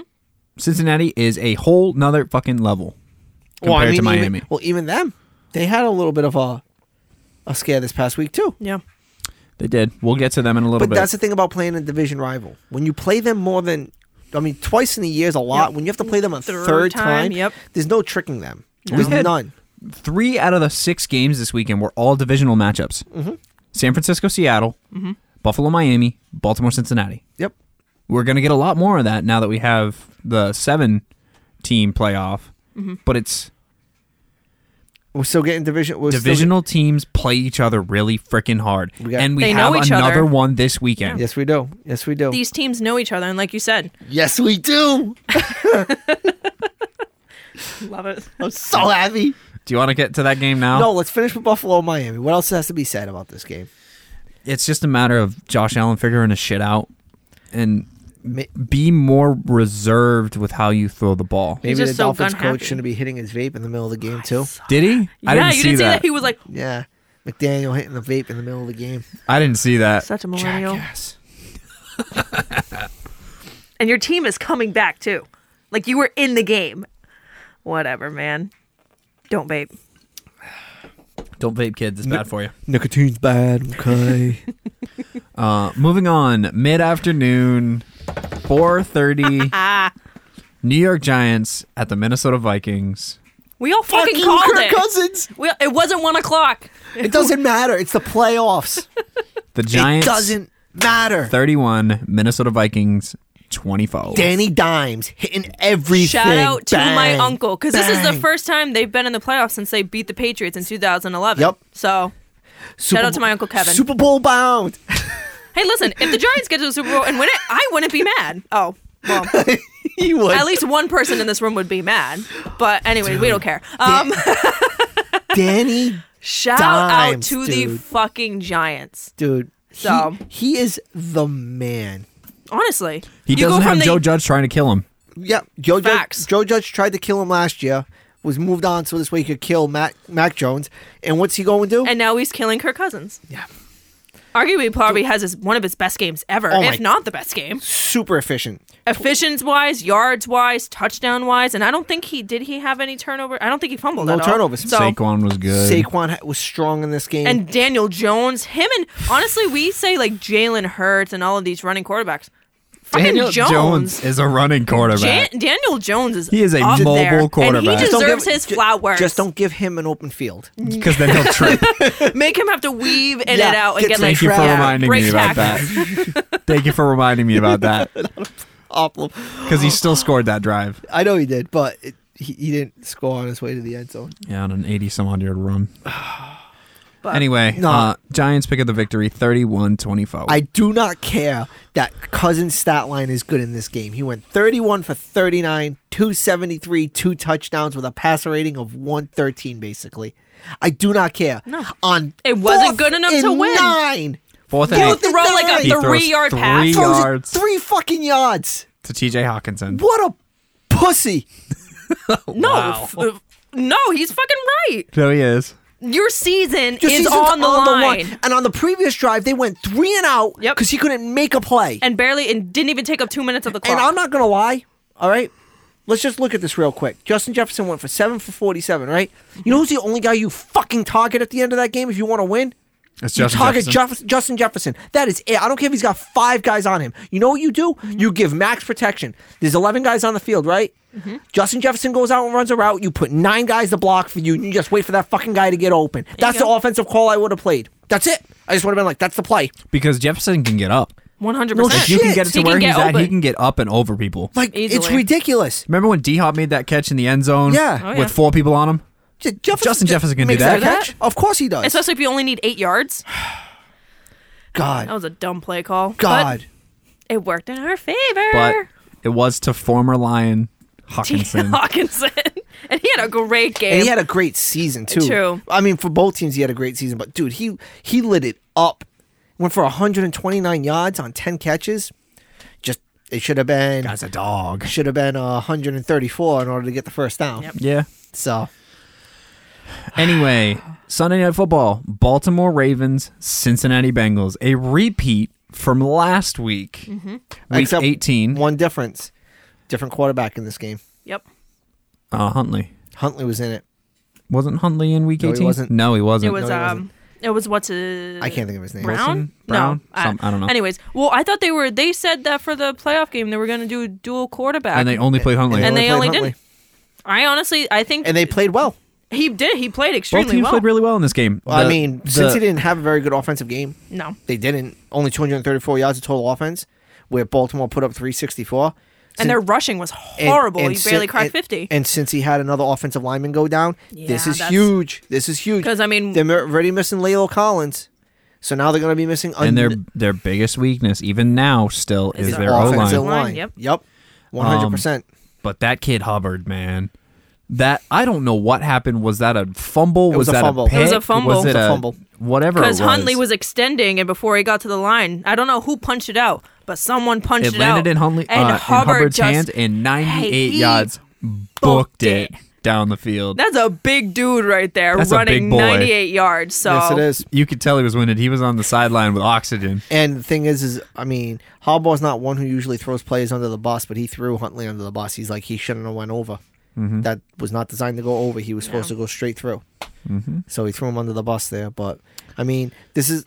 [SPEAKER 3] Cincinnati is a whole nother fucking level compared
[SPEAKER 1] well, I mean,
[SPEAKER 3] to
[SPEAKER 1] even-
[SPEAKER 3] Miami.
[SPEAKER 1] well, even them, they had a little bit of a a scare this past week too.
[SPEAKER 2] yeah,
[SPEAKER 3] they did. We'll get to them in a little
[SPEAKER 1] But
[SPEAKER 3] bit.
[SPEAKER 1] that's the thing about playing a division rival. When you play them more than, I mean, twice in a year is a lot.
[SPEAKER 2] Yep.
[SPEAKER 1] When you have to play them a third,
[SPEAKER 2] Third
[SPEAKER 1] time,
[SPEAKER 2] time, yep.
[SPEAKER 1] there's no tricking them. There's
[SPEAKER 3] had-
[SPEAKER 1] none.
[SPEAKER 3] Three out of the six games this weekend were all divisional matchups. Mm-hmm. San Francisco, Seattle, Buffalo, Miami, Baltimore, Cincinnati.
[SPEAKER 1] Yep.
[SPEAKER 3] We're gonna get a lot more of that now that we have the seven team playoff. But it's
[SPEAKER 1] We're still getting division. We're still get-
[SPEAKER 3] divisional teams play each other really freaking hard,
[SPEAKER 1] We got-
[SPEAKER 3] and we
[SPEAKER 2] They
[SPEAKER 3] have
[SPEAKER 2] know each
[SPEAKER 3] another
[SPEAKER 2] other.
[SPEAKER 3] one this weekend.
[SPEAKER 1] yes, we do. Yes, we do.
[SPEAKER 2] these teams know each other, and like you said,
[SPEAKER 1] yes, we do.
[SPEAKER 2] *laughs* love it.
[SPEAKER 1] I'm so happy.
[SPEAKER 3] Do you want to get to that game now?
[SPEAKER 1] No, let's finish with Buffalo, Miami. What else has to be said about this game?
[SPEAKER 3] It's just a matter of Josh Allen figuring his shit out and
[SPEAKER 1] Ma-
[SPEAKER 3] be more reserved with how you throw the ball.
[SPEAKER 1] Maybe
[SPEAKER 2] just
[SPEAKER 1] the
[SPEAKER 2] so
[SPEAKER 1] Dolphins coach
[SPEAKER 2] gun-happy.
[SPEAKER 1] shouldn't be hitting his vape in the middle of the game too.
[SPEAKER 3] Did he?
[SPEAKER 2] yeah,
[SPEAKER 3] I didn't
[SPEAKER 2] you
[SPEAKER 3] see
[SPEAKER 2] didn't see
[SPEAKER 3] that.
[SPEAKER 2] that. He was like,
[SPEAKER 1] Yeah. McDaniel hitting the vape in the middle of the game.
[SPEAKER 3] I didn't see that.
[SPEAKER 2] Such a millennial.
[SPEAKER 3] Jackass. *laughs*
[SPEAKER 2] And your team is coming back too. Like you were in the game. Whatever, man. Don't vape.
[SPEAKER 3] Don't vape, kids. It's bad for you.
[SPEAKER 1] Nicotine's bad. *laughs* Okay.
[SPEAKER 3] Uh, moving on. Mid afternoon, four
[SPEAKER 2] *laughs*
[SPEAKER 3] thirty.
[SPEAKER 2] Ah,
[SPEAKER 3] New York Giants at the Minnesota Vikings.
[SPEAKER 2] We all fucking called it.
[SPEAKER 1] Cousins.
[SPEAKER 2] We, it wasn't one o'clock.
[SPEAKER 1] It doesn't matter. It's the
[SPEAKER 2] *laughs*
[SPEAKER 1] playoffs.
[SPEAKER 3] The Giants
[SPEAKER 1] It doesn't matter.
[SPEAKER 3] thirty-one. Minnesota Vikings twenty-four.
[SPEAKER 1] Danny Dimes hitting everything.
[SPEAKER 2] Shout out to my
[SPEAKER 1] Bang,
[SPEAKER 2] uncle because this is the
[SPEAKER 1] bang.
[SPEAKER 2] first time they've been in the playoffs since they beat the Patriots in 2011.
[SPEAKER 1] Yep.
[SPEAKER 2] So,
[SPEAKER 1] Super
[SPEAKER 2] out to
[SPEAKER 1] Bowl-
[SPEAKER 2] my Uncle Kevin.
[SPEAKER 1] Super Bowl bound. *laughs*
[SPEAKER 2] hey, listen, if the Giants get to the Super Bowl and win it, I wouldn't be mad. Oh, well,
[SPEAKER 3] *laughs*
[SPEAKER 1] he would.
[SPEAKER 2] at least one person in this room would be mad. But anyway, we don't care. Um,
[SPEAKER 1] Danny,
[SPEAKER 2] shout
[SPEAKER 1] Dimes,
[SPEAKER 2] out to the
[SPEAKER 1] dude.
[SPEAKER 2] fucking Giants.
[SPEAKER 1] dude.
[SPEAKER 2] So-
[SPEAKER 1] he, he is the man.
[SPEAKER 2] Honestly,
[SPEAKER 3] He
[SPEAKER 2] You go
[SPEAKER 3] doesn't
[SPEAKER 2] from
[SPEAKER 3] have
[SPEAKER 2] the- E
[SPEAKER 3] Joe Judge trying to kill him.
[SPEAKER 1] Yep. Joe
[SPEAKER 2] Facts.
[SPEAKER 1] Judge, Joe Judge tried to kill him last year. Was moved on so this way he could kill Mac Mac Jones. And what's he going to do?
[SPEAKER 2] and now he's killing Kirk Cousins.
[SPEAKER 1] Yeah.
[SPEAKER 2] Arguably, probably has his, one of his best games ever,
[SPEAKER 1] Oh
[SPEAKER 2] if
[SPEAKER 1] my-
[SPEAKER 2] not the best game.
[SPEAKER 1] Super efficient.
[SPEAKER 2] efficiency wise, yards wise, touchdown wise, and I don't think he did. He have any turnover? I don't think he fumbled.
[SPEAKER 1] No
[SPEAKER 2] at all.
[SPEAKER 1] turnovers.
[SPEAKER 2] So
[SPEAKER 3] Saquon was good.
[SPEAKER 1] Saquon ha- was strong in this game.
[SPEAKER 2] and Daniel Jones, him and honestly, we say like Jalen Hurts and all of these running quarterbacks. Fucking
[SPEAKER 3] Daniel Jones. is a running
[SPEAKER 2] Jan-
[SPEAKER 3] quarterback.
[SPEAKER 2] Daniel Jones is
[SPEAKER 3] He is a
[SPEAKER 2] up
[SPEAKER 3] mobile
[SPEAKER 2] there,
[SPEAKER 3] quarterback.
[SPEAKER 2] and he
[SPEAKER 3] Just
[SPEAKER 1] Don't
[SPEAKER 2] deserves
[SPEAKER 1] give-
[SPEAKER 2] his
[SPEAKER 1] ju-
[SPEAKER 2] flowers. Mm.
[SPEAKER 1] Just don't give him an open field.
[SPEAKER 3] Because then
[SPEAKER 2] *laughs*
[SPEAKER 3] he'll trip.
[SPEAKER 2] make him have to weave in
[SPEAKER 1] Yeah,
[SPEAKER 2] and out and
[SPEAKER 1] get
[SPEAKER 2] get
[SPEAKER 1] some
[SPEAKER 2] like
[SPEAKER 3] Thank you for
[SPEAKER 1] Yeah,
[SPEAKER 3] reminding
[SPEAKER 2] break
[SPEAKER 3] me about
[SPEAKER 2] tackles.
[SPEAKER 3] that.
[SPEAKER 2] *laughs*
[SPEAKER 3] Thank you for reminding me about that.
[SPEAKER 1] Awful.
[SPEAKER 3] Because he still scored that drive.
[SPEAKER 1] I know he did, but it, he, he didn't score on his way to the end zone.
[SPEAKER 3] Yeah, on an 80 some odd yard run.
[SPEAKER 2] *sighs* But-
[SPEAKER 3] anyway,
[SPEAKER 1] No.
[SPEAKER 3] uh, Giants pick up the victory 31 25.
[SPEAKER 1] I do not care that Cousins' stat line is good in this game. He went 31 for 39, 273, two touchdowns with a passer rating of 113, basically. I do not care. No. On
[SPEAKER 2] It wasn't
[SPEAKER 1] fourth
[SPEAKER 2] good enough to
[SPEAKER 1] and
[SPEAKER 2] win.
[SPEAKER 1] Nine.
[SPEAKER 3] Fourth and
[SPEAKER 1] Fourth
[SPEAKER 2] He'll
[SPEAKER 1] and
[SPEAKER 3] eight
[SPEAKER 2] throw like a
[SPEAKER 1] He
[SPEAKER 3] throws
[SPEAKER 2] three-yard
[SPEAKER 3] three
[SPEAKER 2] pass.
[SPEAKER 3] yards.
[SPEAKER 1] Throws it
[SPEAKER 3] Yards.
[SPEAKER 1] Three fucking yards.
[SPEAKER 3] to TJ Hawkinson.
[SPEAKER 1] What a pussy.
[SPEAKER 2] No,
[SPEAKER 3] Wow.
[SPEAKER 2] f- uh, no, he's fucking right.
[SPEAKER 3] So he is.
[SPEAKER 2] Your season
[SPEAKER 1] Your
[SPEAKER 2] is
[SPEAKER 1] season's
[SPEAKER 2] on the line.
[SPEAKER 1] And on the previous drive, they went three and out because
[SPEAKER 2] Yep.
[SPEAKER 1] he couldn't make a play.
[SPEAKER 2] and barely and didn't even take up two minutes of the clock.
[SPEAKER 1] And I'm not gonna lie. All right, let's just look at this real quick. Justin Jefferson went for seven for forty-seven. Right? You know who's the only guy you fucking target at the end of that game if you want to win?
[SPEAKER 3] It's
[SPEAKER 1] you
[SPEAKER 3] Justin
[SPEAKER 1] target Jeff-
[SPEAKER 3] Jefferson.
[SPEAKER 1] Justin Jefferson. That is it. I don't care if he's got five guys on him. You know what you do?
[SPEAKER 2] Mm-hmm.
[SPEAKER 1] You give max protection. There's 11 guys on the field, right?
[SPEAKER 2] Mm-hmm.
[SPEAKER 1] Justin Jefferson goes out and runs a route. You put nine guys to block for you, and you just wait for that fucking guy to get open. That's the
[SPEAKER 2] go.
[SPEAKER 1] offensive call I would have played. That's it. I just would have been like, that's the play.
[SPEAKER 3] Because Jefferson can get up.
[SPEAKER 2] One hundred
[SPEAKER 1] No
[SPEAKER 3] If
[SPEAKER 2] percent.
[SPEAKER 3] you can
[SPEAKER 1] Shit.
[SPEAKER 3] get it
[SPEAKER 2] Oh,
[SPEAKER 3] to
[SPEAKER 2] He can
[SPEAKER 3] where
[SPEAKER 2] get
[SPEAKER 3] he's at, he
[SPEAKER 2] open.
[SPEAKER 3] can get up and over people.
[SPEAKER 1] Like, it's
[SPEAKER 2] Easily.
[SPEAKER 1] ridiculous.
[SPEAKER 3] Remember when D Hop made that catch in the end zone
[SPEAKER 1] Yeah. Oh,
[SPEAKER 2] yeah.
[SPEAKER 3] with four people on him?
[SPEAKER 1] Je- Jefferson
[SPEAKER 3] Justin
[SPEAKER 1] j-
[SPEAKER 3] Jefferson can do
[SPEAKER 1] makes
[SPEAKER 3] that.
[SPEAKER 2] That?
[SPEAKER 1] catch. Of course he does.
[SPEAKER 2] Especially if you only need eight yards.
[SPEAKER 1] God.
[SPEAKER 2] That was a dumb play call. Oh, but
[SPEAKER 1] God.
[SPEAKER 2] it worked in our favor.
[SPEAKER 3] But
[SPEAKER 2] *laughs*
[SPEAKER 3] it was to former Lion Hawkinson.
[SPEAKER 2] Hawkinson, *laughs* and he had a great game.
[SPEAKER 1] And he had a great season too.
[SPEAKER 2] True.
[SPEAKER 1] I mean, for both teams, he had a great season. But dude, he he lit it up. Went for 129 yards on 10 catches. Just it should have been
[SPEAKER 3] Guy's a dog.
[SPEAKER 1] should have been uh, 134 in order to get the first down.
[SPEAKER 2] Yep.
[SPEAKER 3] Yeah.
[SPEAKER 1] So
[SPEAKER 3] Anyway, Sunday Night Football, Baltimore Ravens, Cincinnati Bengals, a repeat from last week,
[SPEAKER 2] Mm-hmm.
[SPEAKER 3] week
[SPEAKER 1] except
[SPEAKER 3] 18.
[SPEAKER 1] one difference, different quarterback in this game.
[SPEAKER 2] yep.
[SPEAKER 3] Uh, Huntley.
[SPEAKER 1] Huntley was in it.
[SPEAKER 3] Wasn't Huntley in week
[SPEAKER 1] No, he
[SPEAKER 3] 18?
[SPEAKER 1] wasn't.
[SPEAKER 3] No, he wasn't.
[SPEAKER 2] It was
[SPEAKER 1] he
[SPEAKER 2] um.
[SPEAKER 1] wasn't.
[SPEAKER 2] It was what's a
[SPEAKER 1] I can't think of his name.
[SPEAKER 2] Brown.
[SPEAKER 3] Brown?
[SPEAKER 2] No,
[SPEAKER 3] Some- I don't know.
[SPEAKER 2] Anyways, well, I thought they were. They said that for the playoff game they were going to do dual quarterback.
[SPEAKER 3] and they only played Huntley.
[SPEAKER 2] And they
[SPEAKER 1] played
[SPEAKER 2] only
[SPEAKER 1] Huntley.
[SPEAKER 2] did. I honestly, I think
[SPEAKER 1] And they played well.
[SPEAKER 2] he did. He played
[SPEAKER 3] Both
[SPEAKER 2] extremely
[SPEAKER 3] teams
[SPEAKER 2] well.
[SPEAKER 3] played really well in this game.
[SPEAKER 1] I
[SPEAKER 3] The-
[SPEAKER 1] mean,
[SPEAKER 3] the-
[SPEAKER 1] since he didn't have a very good offensive game,
[SPEAKER 2] no,
[SPEAKER 1] they didn't. Only 234 yards of total offense, where Baltimore put up 364.
[SPEAKER 2] and
[SPEAKER 1] Sin-
[SPEAKER 2] their rushing was
[SPEAKER 1] and-
[SPEAKER 2] horrible.
[SPEAKER 1] and
[SPEAKER 2] you
[SPEAKER 1] sin-
[SPEAKER 2] barely cracked
[SPEAKER 1] and-
[SPEAKER 2] fifty.
[SPEAKER 1] And since he had another offensive lineman go down, this
[SPEAKER 2] Yeah,
[SPEAKER 1] is
[SPEAKER 2] that's-
[SPEAKER 1] huge. This is huge.
[SPEAKER 2] 'Cause, I mean-
[SPEAKER 1] they're mer- already missing Lalo Collins, so now they're going to be missing.
[SPEAKER 3] and their
[SPEAKER 1] an-
[SPEAKER 3] their biggest weakness, even now, still is,
[SPEAKER 2] their
[SPEAKER 3] their O
[SPEAKER 1] offensive
[SPEAKER 3] line.
[SPEAKER 2] line.
[SPEAKER 1] Yep.
[SPEAKER 2] Yep.
[SPEAKER 1] Yep. One hundred percent.
[SPEAKER 3] But that kid Hubbard, man, that I don't know what happened. Was that a fumble?
[SPEAKER 1] was a
[SPEAKER 3] that
[SPEAKER 1] fumble.
[SPEAKER 3] a
[SPEAKER 1] It
[SPEAKER 3] pick?
[SPEAKER 2] was a fumble.
[SPEAKER 3] Was
[SPEAKER 2] It
[SPEAKER 3] it
[SPEAKER 1] was a
[SPEAKER 3] a
[SPEAKER 1] fumble.
[SPEAKER 3] Whatever.
[SPEAKER 2] because
[SPEAKER 3] Because
[SPEAKER 2] Huntley was extending, and before he got to the line, I don't know who punched it out, but someone punched
[SPEAKER 3] It
[SPEAKER 2] it,
[SPEAKER 3] landed
[SPEAKER 2] out.
[SPEAKER 3] in Huntley
[SPEAKER 2] and
[SPEAKER 3] uh, in
[SPEAKER 2] Hubbard
[SPEAKER 3] Hubbard's
[SPEAKER 2] just
[SPEAKER 3] hand and 98
[SPEAKER 2] he
[SPEAKER 3] yards booked
[SPEAKER 2] booked
[SPEAKER 3] it.
[SPEAKER 2] it.
[SPEAKER 3] down the field.
[SPEAKER 2] That's a big dude right there
[SPEAKER 3] That's a big
[SPEAKER 2] running
[SPEAKER 3] boy.
[SPEAKER 2] 98 yards. Um, So
[SPEAKER 1] yes, it is.
[SPEAKER 3] You could tell he was winded. He was on the sideline with oxygen.
[SPEAKER 1] And the thing is, is I mean, Harbaugh's not one who usually throws plays under the bus, but he threw Huntley under the bus. He's like he shouldn't have went over.
[SPEAKER 3] Mm-hmm.
[SPEAKER 1] That was not designed to go over. He was supposed to go straight through.
[SPEAKER 3] Mm-hmm.
[SPEAKER 1] So he threw him under the bus there. But I mean, this is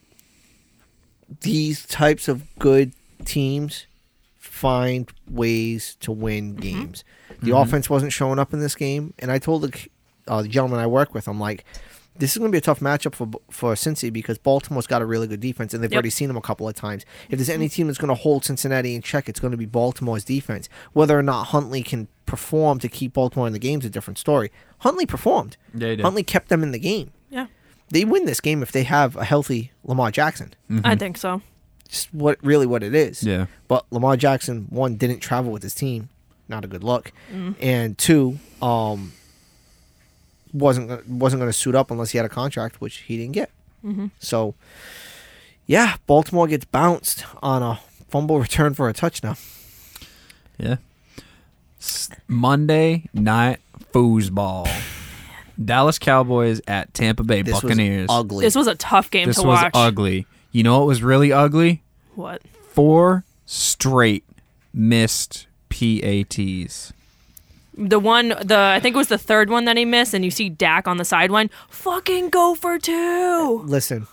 [SPEAKER 1] these types of good teams find ways to win games.
[SPEAKER 3] Mm-hmm.
[SPEAKER 1] The offense wasn't showing up in this game, and I told the, uh, the gentleman I work with, I'm like, this is going to be a tough matchup for for Cincy because Baltimore's got a really good defense, and they've
[SPEAKER 2] Yep.
[SPEAKER 1] already seen them a couple of times. If there's any team that's going to hold Cincinnati in check, it's going to be Baltimore's defense. Whether or not Huntley can perform to keep Baltimore in the game is a different story. Huntley performed.
[SPEAKER 3] Yeah, he did.
[SPEAKER 1] Huntley kept them in the game.
[SPEAKER 2] yeah,
[SPEAKER 1] They win this game if they have a healthy Lamar Jackson
[SPEAKER 3] Mm-hmm.
[SPEAKER 2] I think so.
[SPEAKER 1] just what really what it is.
[SPEAKER 3] Yeah.
[SPEAKER 1] But Lamar Jackson one didn't travel with his team, not a good look, and two, um, wasn't gonna- wasn't going to suit up unless he had a contract, which he didn't get. So, yeah, Baltimore gets bounced on a fumble return for a touchdown.
[SPEAKER 3] Yeah. S- Monday night foosball. Dallas Cowboys at Tampa Bay
[SPEAKER 1] This
[SPEAKER 3] Buccaneers.
[SPEAKER 1] was ugly.
[SPEAKER 2] This was a tough game
[SPEAKER 3] this
[SPEAKER 2] to
[SPEAKER 3] was
[SPEAKER 2] watch.
[SPEAKER 3] ugly. You know what was really ugly?
[SPEAKER 2] What?
[SPEAKER 3] Four straight missed PATs.
[SPEAKER 2] The one, the I think it was the third one that he missed, and you see Dak on the sideline. Fucking go for two.
[SPEAKER 1] Listen,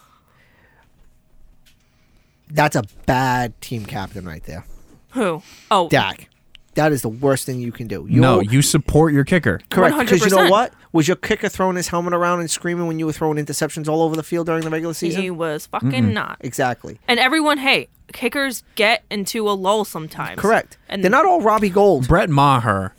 [SPEAKER 1] that's a bad team captain right there,
[SPEAKER 2] Who? Oh,
[SPEAKER 1] Dak. That is the worst thing you can do. you
[SPEAKER 3] no, you support your kicker.
[SPEAKER 1] Correct. Because you know
[SPEAKER 2] 100%.
[SPEAKER 1] what? Was your kicker throwing his helmet around and screaming when you were throwing interceptions all over the field during the regular season?
[SPEAKER 2] he was fucking not.
[SPEAKER 1] Exactly.
[SPEAKER 2] And everyone, hey, kickers get into a lull sometimes.
[SPEAKER 1] Correct.
[SPEAKER 2] And
[SPEAKER 1] They're not all Robbie Gold.
[SPEAKER 3] Brett Maher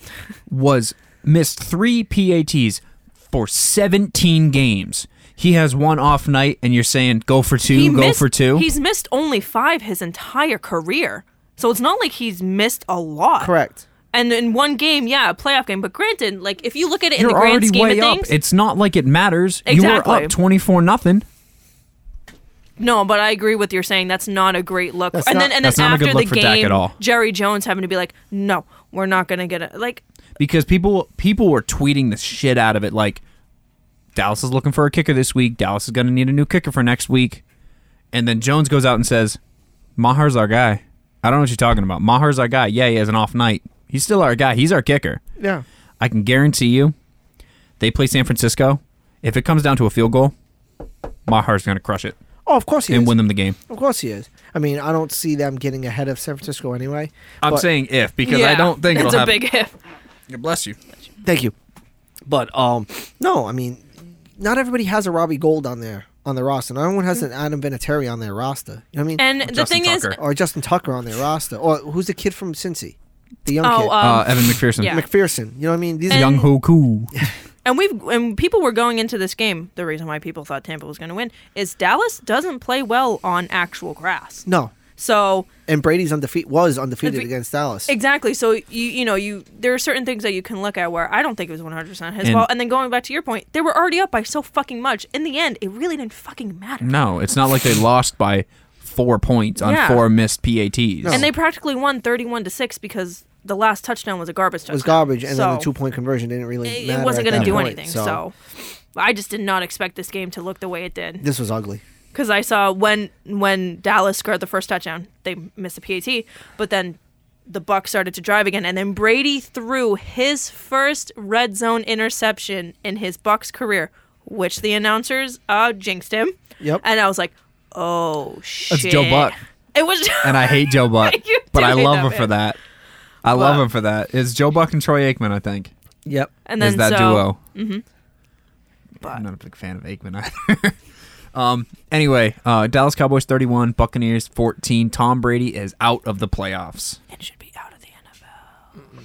[SPEAKER 3] was missed three PATs for 17 games. He has one off night, and you're saying go for two,
[SPEAKER 2] he
[SPEAKER 3] go
[SPEAKER 2] missed-
[SPEAKER 3] for two.
[SPEAKER 2] He's missed only five his entire career, so it's not like he's missed a lot.
[SPEAKER 1] Correct.
[SPEAKER 2] And in one game, yeah, a playoff game. But granted, like if you look at it in
[SPEAKER 3] you're
[SPEAKER 2] the grand
[SPEAKER 3] already
[SPEAKER 2] scheme
[SPEAKER 3] way
[SPEAKER 2] of
[SPEAKER 3] up.
[SPEAKER 2] things,
[SPEAKER 3] It's not like it matters. You were
[SPEAKER 2] Exactly.
[SPEAKER 3] up 24 nothing.
[SPEAKER 2] No, but I agree with you saying that's not a great look.
[SPEAKER 1] That's
[SPEAKER 2] and
[SPEAKER 1] not-
[SPEAKER 2] then and
[SPEAKER 3] that's
[SPEAKER 2] then
[SPEAKER 3] not a good
[SPEAKER 2] after
[SPEAKER 3] look
[SPEAKER 2] the
[SPEAKER 3] for Dak
[SPEAKER 2] game,
[SPEAKER 3] at all.
[SPEAKER 2] Jerry Jones having to be like, "No, we're not going to get it." Like,
[SPEAKER 3] because people people were tweeting the shit out of it. Like Dallas is looking for a kicker this week. Dallas is going to need a new kicker for next week. And then Jones goes out and says, "Maher's our guy." I don't know what you're talking about. Maher's our guy. Yeah, he has an off night. He's still our guy. He's our kicker.
[SPEAKER 1] Yeah.
[SPEAKER 3] I can guarantee you, they play San Francisco. If it comes down to a field goal, Maher's going to crush it
[SPEAKER 1] Oh, of course he
[SPEAKER 3] and
[SPEAKER 1] is.
[SPEAKER 3] win them the game.
[SPEAKER 1] of course he is. I mean, I don't see them getting ahead of San Francisco anyway.
[SPEAKER 3] I'm
[SPEAKER 1] but-
[SPEAKER 3] saying if because I
[SPEAKER 2] yeah,
[SPEAKER 3] don't think
[SPEAKER 2] it's
[SPEAKER 3] it'll
[SPEAKER 2] a
[SPEAKER 3] happen.
[SPEAKER 2] big if.
[SPEAKER 3] Bless you.
[SPEAKER 1] Thank you. But um, no, I mean, not everybody has a Robbie Gold on their on their roster. Not everyone has an Adam Vinatieri on their roster. You know what I mean?
[SPEAKER 2] And the
[SPEAKER 3] Justin
[SPEAKER 2] thing is,
[SPEAKER 3] Tucker.
[SPEAKER 1] or Justin Tucker on their roster. Or who's the kid from Cincy? The young
[SPEAKER 2] oh,
[SPEAKER 1] kid.
[SPEAKER 2] um,
[SPEAKER 3] Uh, Evan McPherson,
[SPEAKER 2] yeah.
[SPEAKER 1] McPherson. You know what I mean? These are
[SPEAKER 3] Young Hoku.
[SPEAKER 2] and we've and people were going into this game. The reason why people thought Tampa was going to win is Dallas doesn't play well on actual grass.
[SPEAKER 1] No.
[SPEAKER 2] So
[SPEAKER 1] And Brady's undefeated was undefeated
[SPEAKER 2] Undefe-
[SPEAKER 1] against Dallas.
[SPEAKER 2] Exactly. So you you know you there are certain things that you can look at where I don't think it was 100 percent his
[SPEAKER 3] And-
[SPEAKER 2] fault. And then going back to your point, they were already up by so fucking much. In the end, it really didn't fucking matter.
[SPEAKER 3] No, it's not like
[SPEAKER 2] *laughs*
[SPEAKER 3] they lost by four points on
[SPEAKER 2] Yeah.
[SPEAKER 3] four missed PATs.
[SPEAKER 2] And
[SPEAKER 1] Oh.
[SPEAKER 2] they practically won 31 to six because the last touchdown was a garbage
[SPEAKER 1] It
[SPEAKER 2] touchdown.
[SPEAKER 1] was garbage, and then the
[SPEAKER 2] So,
[SPEAKER 1] two point conversion didn't really.
[SPEAKER 2] it-
[SPEAKER 1] matter
[SPEAKER 2] It wasn't
[SPEAKER 1] at
[SPEAKER 2] going to
[SPEAKER 1] that
[SPEAKER 2] do
[SPEAKER 1] point,
[SPEAKER 2] anything. So. I just did not expect this game to look the way it did
[SPEAKER 1] this was ugly.
[SPEAKER 2] because I saw when when Dallas scored the first touchdown, they missed a PAT, but then the Bucks started to drive again, and then Brady threw his first red zone interception in his Bucks career, which the announcers uh, jinxed him.
[SPEAKER 1] Yep.
[SPEAKER 2] And I was like, oh shit,
[SPEAKER 3] That's Joe Buck.
[SPEAKER 2] It was.
[SPEAKER 3] And I hate
[SPEAKER 2] *laughs*
[SPEAKER 3] Joe Buck,
[SPEAKER 2] You
[SPEAKER 3] but
[SPEAKER 2] do
[SPEAKER 3] I
[SPEAKER 2] hate
[SPEAKER 3] love
[SPEAKER 2] that
[SPEAKER 3] him for
[SPEAKER 2] man.
[SPEAKER 3] that. I love him for that. It's Joe Buck and Troy Aikman, I think,
[SPEAKER 1] Yep.
[SPEAKER 2] and then
[SPEAKER 3] is that
[SPEAKER 2] so, mm-hmm.
[SPEAKER 3] duo.
[SPEAKER 2] But
[SPEAKER 3] I'm not a big fan of Aikman either. *laughs* um, anyway, uh, Dallas Cowboys 31, Buccaneers 14. Tom Brady is out of the playoffs.
[SPEAKER 2] it should be out of the NFL. We'll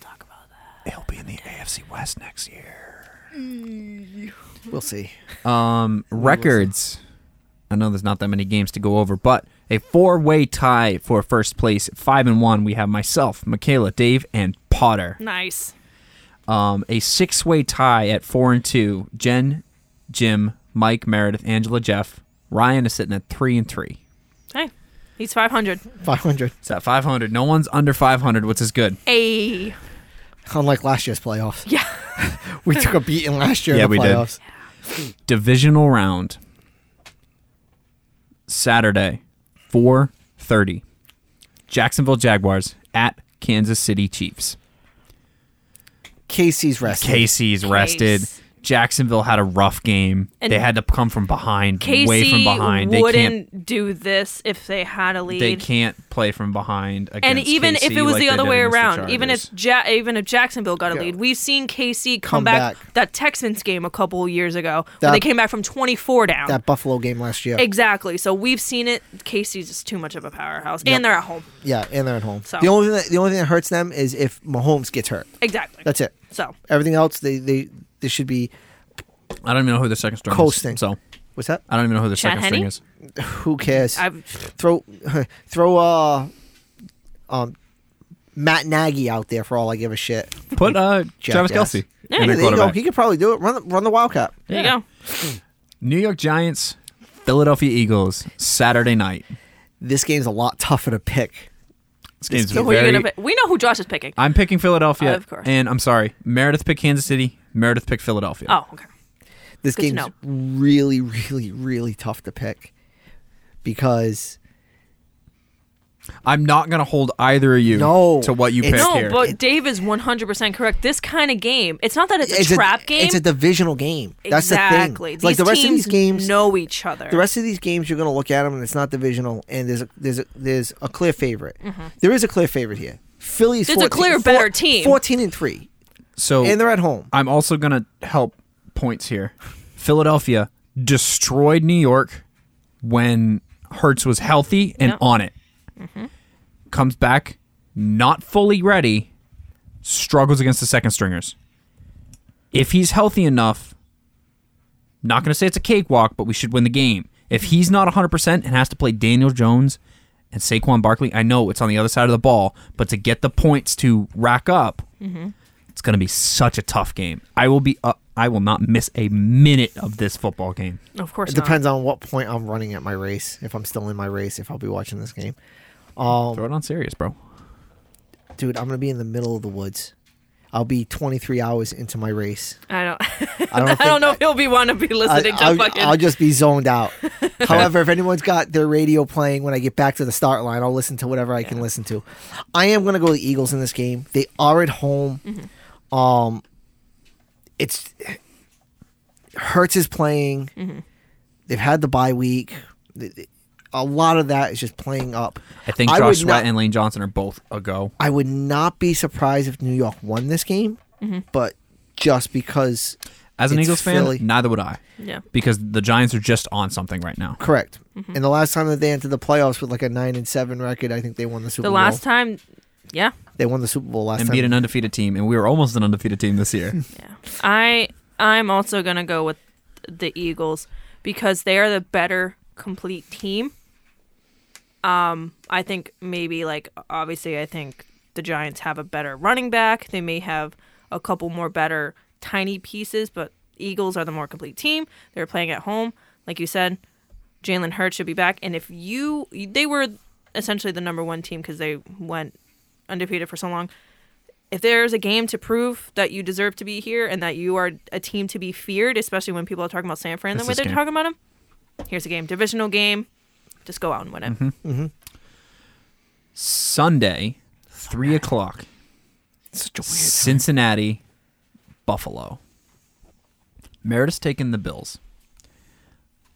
[SPEAKER 2] talk about that.
[SPEAKER 3] He'll be in the AFC West next year.
[SPEAKER 1] We'll see.
[SPEAKER 3] Um, records. I know there's not that many games to go over, but a four-way tie for first place, five and one. We have myself, Michaela, Dave, and Potter.
[SPEAKER 2] Nice.
[SPEAKER 3] Um, a six-way tie at four and two. Jen, Jim, Mike, Meredith, Angela, Jeff. Ryan is sitting at three and three.
[SPEAKER 2] Hey, he's 500.
[SPEAKER 1] Five hundred,
[SPEAKER 3] It's at 500. No one's under 500, which is good.
[SPEAKER 2] A
[SPEAKER 1] unlike last year's playoffs.
[SPEAKER 2] yeah.
[SPEAKER 1] *laughs* we took a beating last year
[SPEAKER 3] Yeah,
[SPEAKER 1] in the
[SPEAKER 3] we did.
[SPEAKER 1] playoffs.
[SPEAKER 3] Divisional round. Saturday, 4:30. Jacksonville Jaguars at Kansas City Chiefs.
[SPEAKER 1] Casey's resting.
[SPEAKER 3] Casey's rested.
[SPEAKER 2] Case.
[SPEAKER 3] Jacksonville had a rough game.
[SPEAKER 2] And
[SPEAKER 3] they had to come from behind,
[SPEAKER 2] Casey
[SPEAKER 3] way from behind. They can't.
[SPEAKER 2] wouldn't do this if they had a lead.
[SPEAKER 3] They can't play from behind. Against
[SPEAKER 2] and even if
[SPEAKER 3] KC
[SPEAKER 2] it was
[SPEAKER 3] like
[SPEAKER 2] the
[SPEAKER 3] they
[SPEAKER 2] other
[SPEAKER 3] did
[SPEAKER 2] way
[SPEAKER 3] against the
[SPEAKER 2] around, even if
[SPEAKER 3] Chargers.
[SPEAKER 2] ja- even if Jacksonville got a
[SPEAKER 1] Yeah.
[SPEAKER 2] lead, we've seen KC come,
[SPEAKER 1] Come
[SPEAKER 2] back,
[SPEAKER 1] back.
[SPEAKER 2] That Texans game a couple years ago, where
[SPEAKER 1] That-
[SPEAKER 2] they came back from twenty four down.
[SPEAKER 1] That Buffalo game last year.
[SPEAKER 2] exactly. So we've seen it. KC's just too much of a powerhouse, and they're at home.
[SPEAKER 1] Yeah, and they're at home.
[SPEAKER 2] So-
[SPEAKER 1] The only thing that, the only thing that hurts them is if Mahomes gets hurt.
[SPEAKER 2] Exactly.
[SPEAKER 1] That's it.
[SPEAKER 2] So
[SPEAKER 1] Everything else, they they, they should be.
[SPEAKER 3] I don't even know who the second string
[SPEAKER 1] Coasting.
[SPEAKER 3] is. So
[SPEAKER 1] What's that?
[SPEAKER 3] I don't even know who the
[SPEAKER 2] Chad
[SPEAKER 3] second
[SPEAKER 2] Henne?
[SPEAKER 3] string is.
[SPEAKER 1] Who cares?
[SPEAKER 2] I've
[SPEAKER 1] throw *laughs* throw uh um Matt Nagy out there for all I give a shit.
[SPEAKER 3] Put uh,
[SPEAKER 1] Jackass.
[SPEAKER 3] Travis Kelsey
[SPEAKER 2] Yeah,
[SPEAKER 1] There
[SPEAKER 3] in their
[SPEAKER 1] you go.
[SPEAKER 3] quarterback.
[SPEAKER 1] He could probably do it. Run the, run the Wildcat.
[SPEAKER 2] there
[SPEAKER 3] Yeah.
[SPEAKER 2] you go.
[SPEAKER 3] New York Giants, Philadelphia Eagles, Saturday night.
[SPEAKER 1] This game's a lot tougher to pick.
[SPEAKER 3] This game's
[SPEAKER 1] So
[SPEAKER 2] Who
[SPEAKER 3] very.
[SPEAKER 2] are you gonna pick? We know who Josh is picking.
[SPEAKER 3] I'm picking Philadelphia.
[SPEAKER 2] Of course.
[SPEAKER 3] And I'm sorry, Meredith picked Kansas City. Meredith picked Philadelphia.
[SPEAKER 2] oh, okay.
[SPEAKER 1] This
[SPEAKER 2] Good to
[SPEAKER 1] game's
[SPEAKER 2] know.
[SPEAKER 1] really, really, really tough to pick because
[SPEAKER 3] I'm not gonna hold either of you
[SPEAKER 1] No.
[SPEAKER 3] to what you
[SPEAKER 1] It's-
[SPEAKER 3] picked
[SPEAKER 2] No,
[SPEAKER 3] here.
[SPEAKER 2] but Dave is 100% correct. This kind of game, it's not that it's a trap game.
[SPEAKER 1] It's a divisional game. That's
[SPEAKER 2] exactly.
[SPEAKER 1] the thing. Like
[SPEAKER 2] These
[SPEAKER 1] the rest of
[SPEAKER 2] teams
[SPEAKER 1] these games,
[SPEAKER 2] know each other.
[SPEAKER 1] the rest of these games, you're going to look at them and it's not divisional. And there's a, there's a, there's a clear favorite. There is a clear favorite here. Philly's
[SPEAKER 2] Mm-hmm. There's a
[SPEAKER 1] 14,
[SPEAKER 2] clear
[SPEAKER 1] four-
[SPEAKER 2] better team. Oh.
[SPEAKER 1] Fourteen and three,
[SPEAKER 3] so
[SPEAKER 1] and they're at home.
[SPEAKER 3] I'm also gonna help points here. Philadelphia destroyed New York when Hertz was healthy and
[SPEAKER 2] Yep.
[SPEAKER 3] on it. Comes back not fully ready, struggles against the second stringers. If he's healthy enough, not gonna say it's a cakewalk, but we should win the game. If he's not 100% and has to play Daniel Jones and Saquon Barkley, I know it's on the other side of the ball, but to get the points to rack up, it's going to be such a tough game. I will be up. I will not miss a minute of this football game.
[SPEAKER 2] of course
[SPEAKER 1] It
[SPEAKER 2] not.
[SPEAKER 1] depends on what point I'm running at my race. If I'm still in my race, if I'll be watching this game. Um,
[SPEAKER 3] Throw it on serious, bro.
[SPEAKER 1] dude, I'm gonna be in the middle of the woods. I'll be 23 hours into my race.
[SPEAKER 2] I don't. *laughs*
[SPEAKER 1] I don't, think,
[SPEAKER 2] I don't know if he'll be wanting to be listening
[SPEAKER 1] I,
[SPEAKER 2] to
[SPEAKER 1] will
[SPEAKER 2] fucking.
[SPEAKER 1] I'll just be zoned out. However, if anyone's got their radio playing when I get back to the start line, I'll listen to whatever I can listen to. I am gonna go with the Eagles in this game. They are at home. Um, it's Hertz is playing. They've had the bye week. Th- th- A lot of that is just playing up.
[SPEAKER 3] I think
[SPEAKER 1] I
[SPEAKER 3] Josh
[SPEAKER 1] would
[SPEAKER 3] Sweat
[SPEAKER 1] not-
[SPEAKER 3] and Lane Johnson are both a go.
[SPEAKER 1] I would not be surprised if New York won this game, but just because,
[SPEAKER 3] As an
[SPEAKER 1] It's
[SPEAKER 3] Eagles fan,
[SPEAKER 1] Philly.
[SPEAKER 3] neither would I.
[SPEAKER 2] Yeah.
[SPEAKER 3] Because the Giants are just on something right now.
[SPEAKER 1] correct. And the last time that they entered the playoffs with like a nine and seven record, I think they won the Super
[SPEAKER 2] the
[SPEAKER 1] Bowl.
[SPEAKER 2] last time, yeah,
[SPEAKER 1] they won the Super Bowl last
[SPEAKER 3] And
[SPEAKER 1] time.
[SPEAKER 3] beat an undefeated team, and we were almost an undefeated team this
[SPEAKER 1] *laughs*
[SPEAKER 3] year.
[SPEAKER 2] yeah. I I'm also gonna go with the Eagles because they are the better complete team. Um, I think maybe like obviously I think the Giants have a better running back. They may have a couple more better tiny pieces, but Eagles are the more complete team. They're playing at home, like you said. Jalen Hurts should be back, and if you they were essentially the number one team because they went undefeated for so long. if there's a game to prove that you deserve to be here and that you are a team to be feared, especially when people are talking about San Fran the
[SPEAKER 3] It's
[SPEAKER 2] way
[SPEAKER 3] this
[SPEAKER 2] they're
[SPEAKER 3] game.
[SPEAKER 2] talking about him, here's a game, divisional game. Just go out and win it.
[SPEAKER 3] Sunday, three o'clock.
[SPEAKER 1] Such a weird.
[SPEAKER 3] Cincinnati, Buffalo. Meredith's taking the Bills.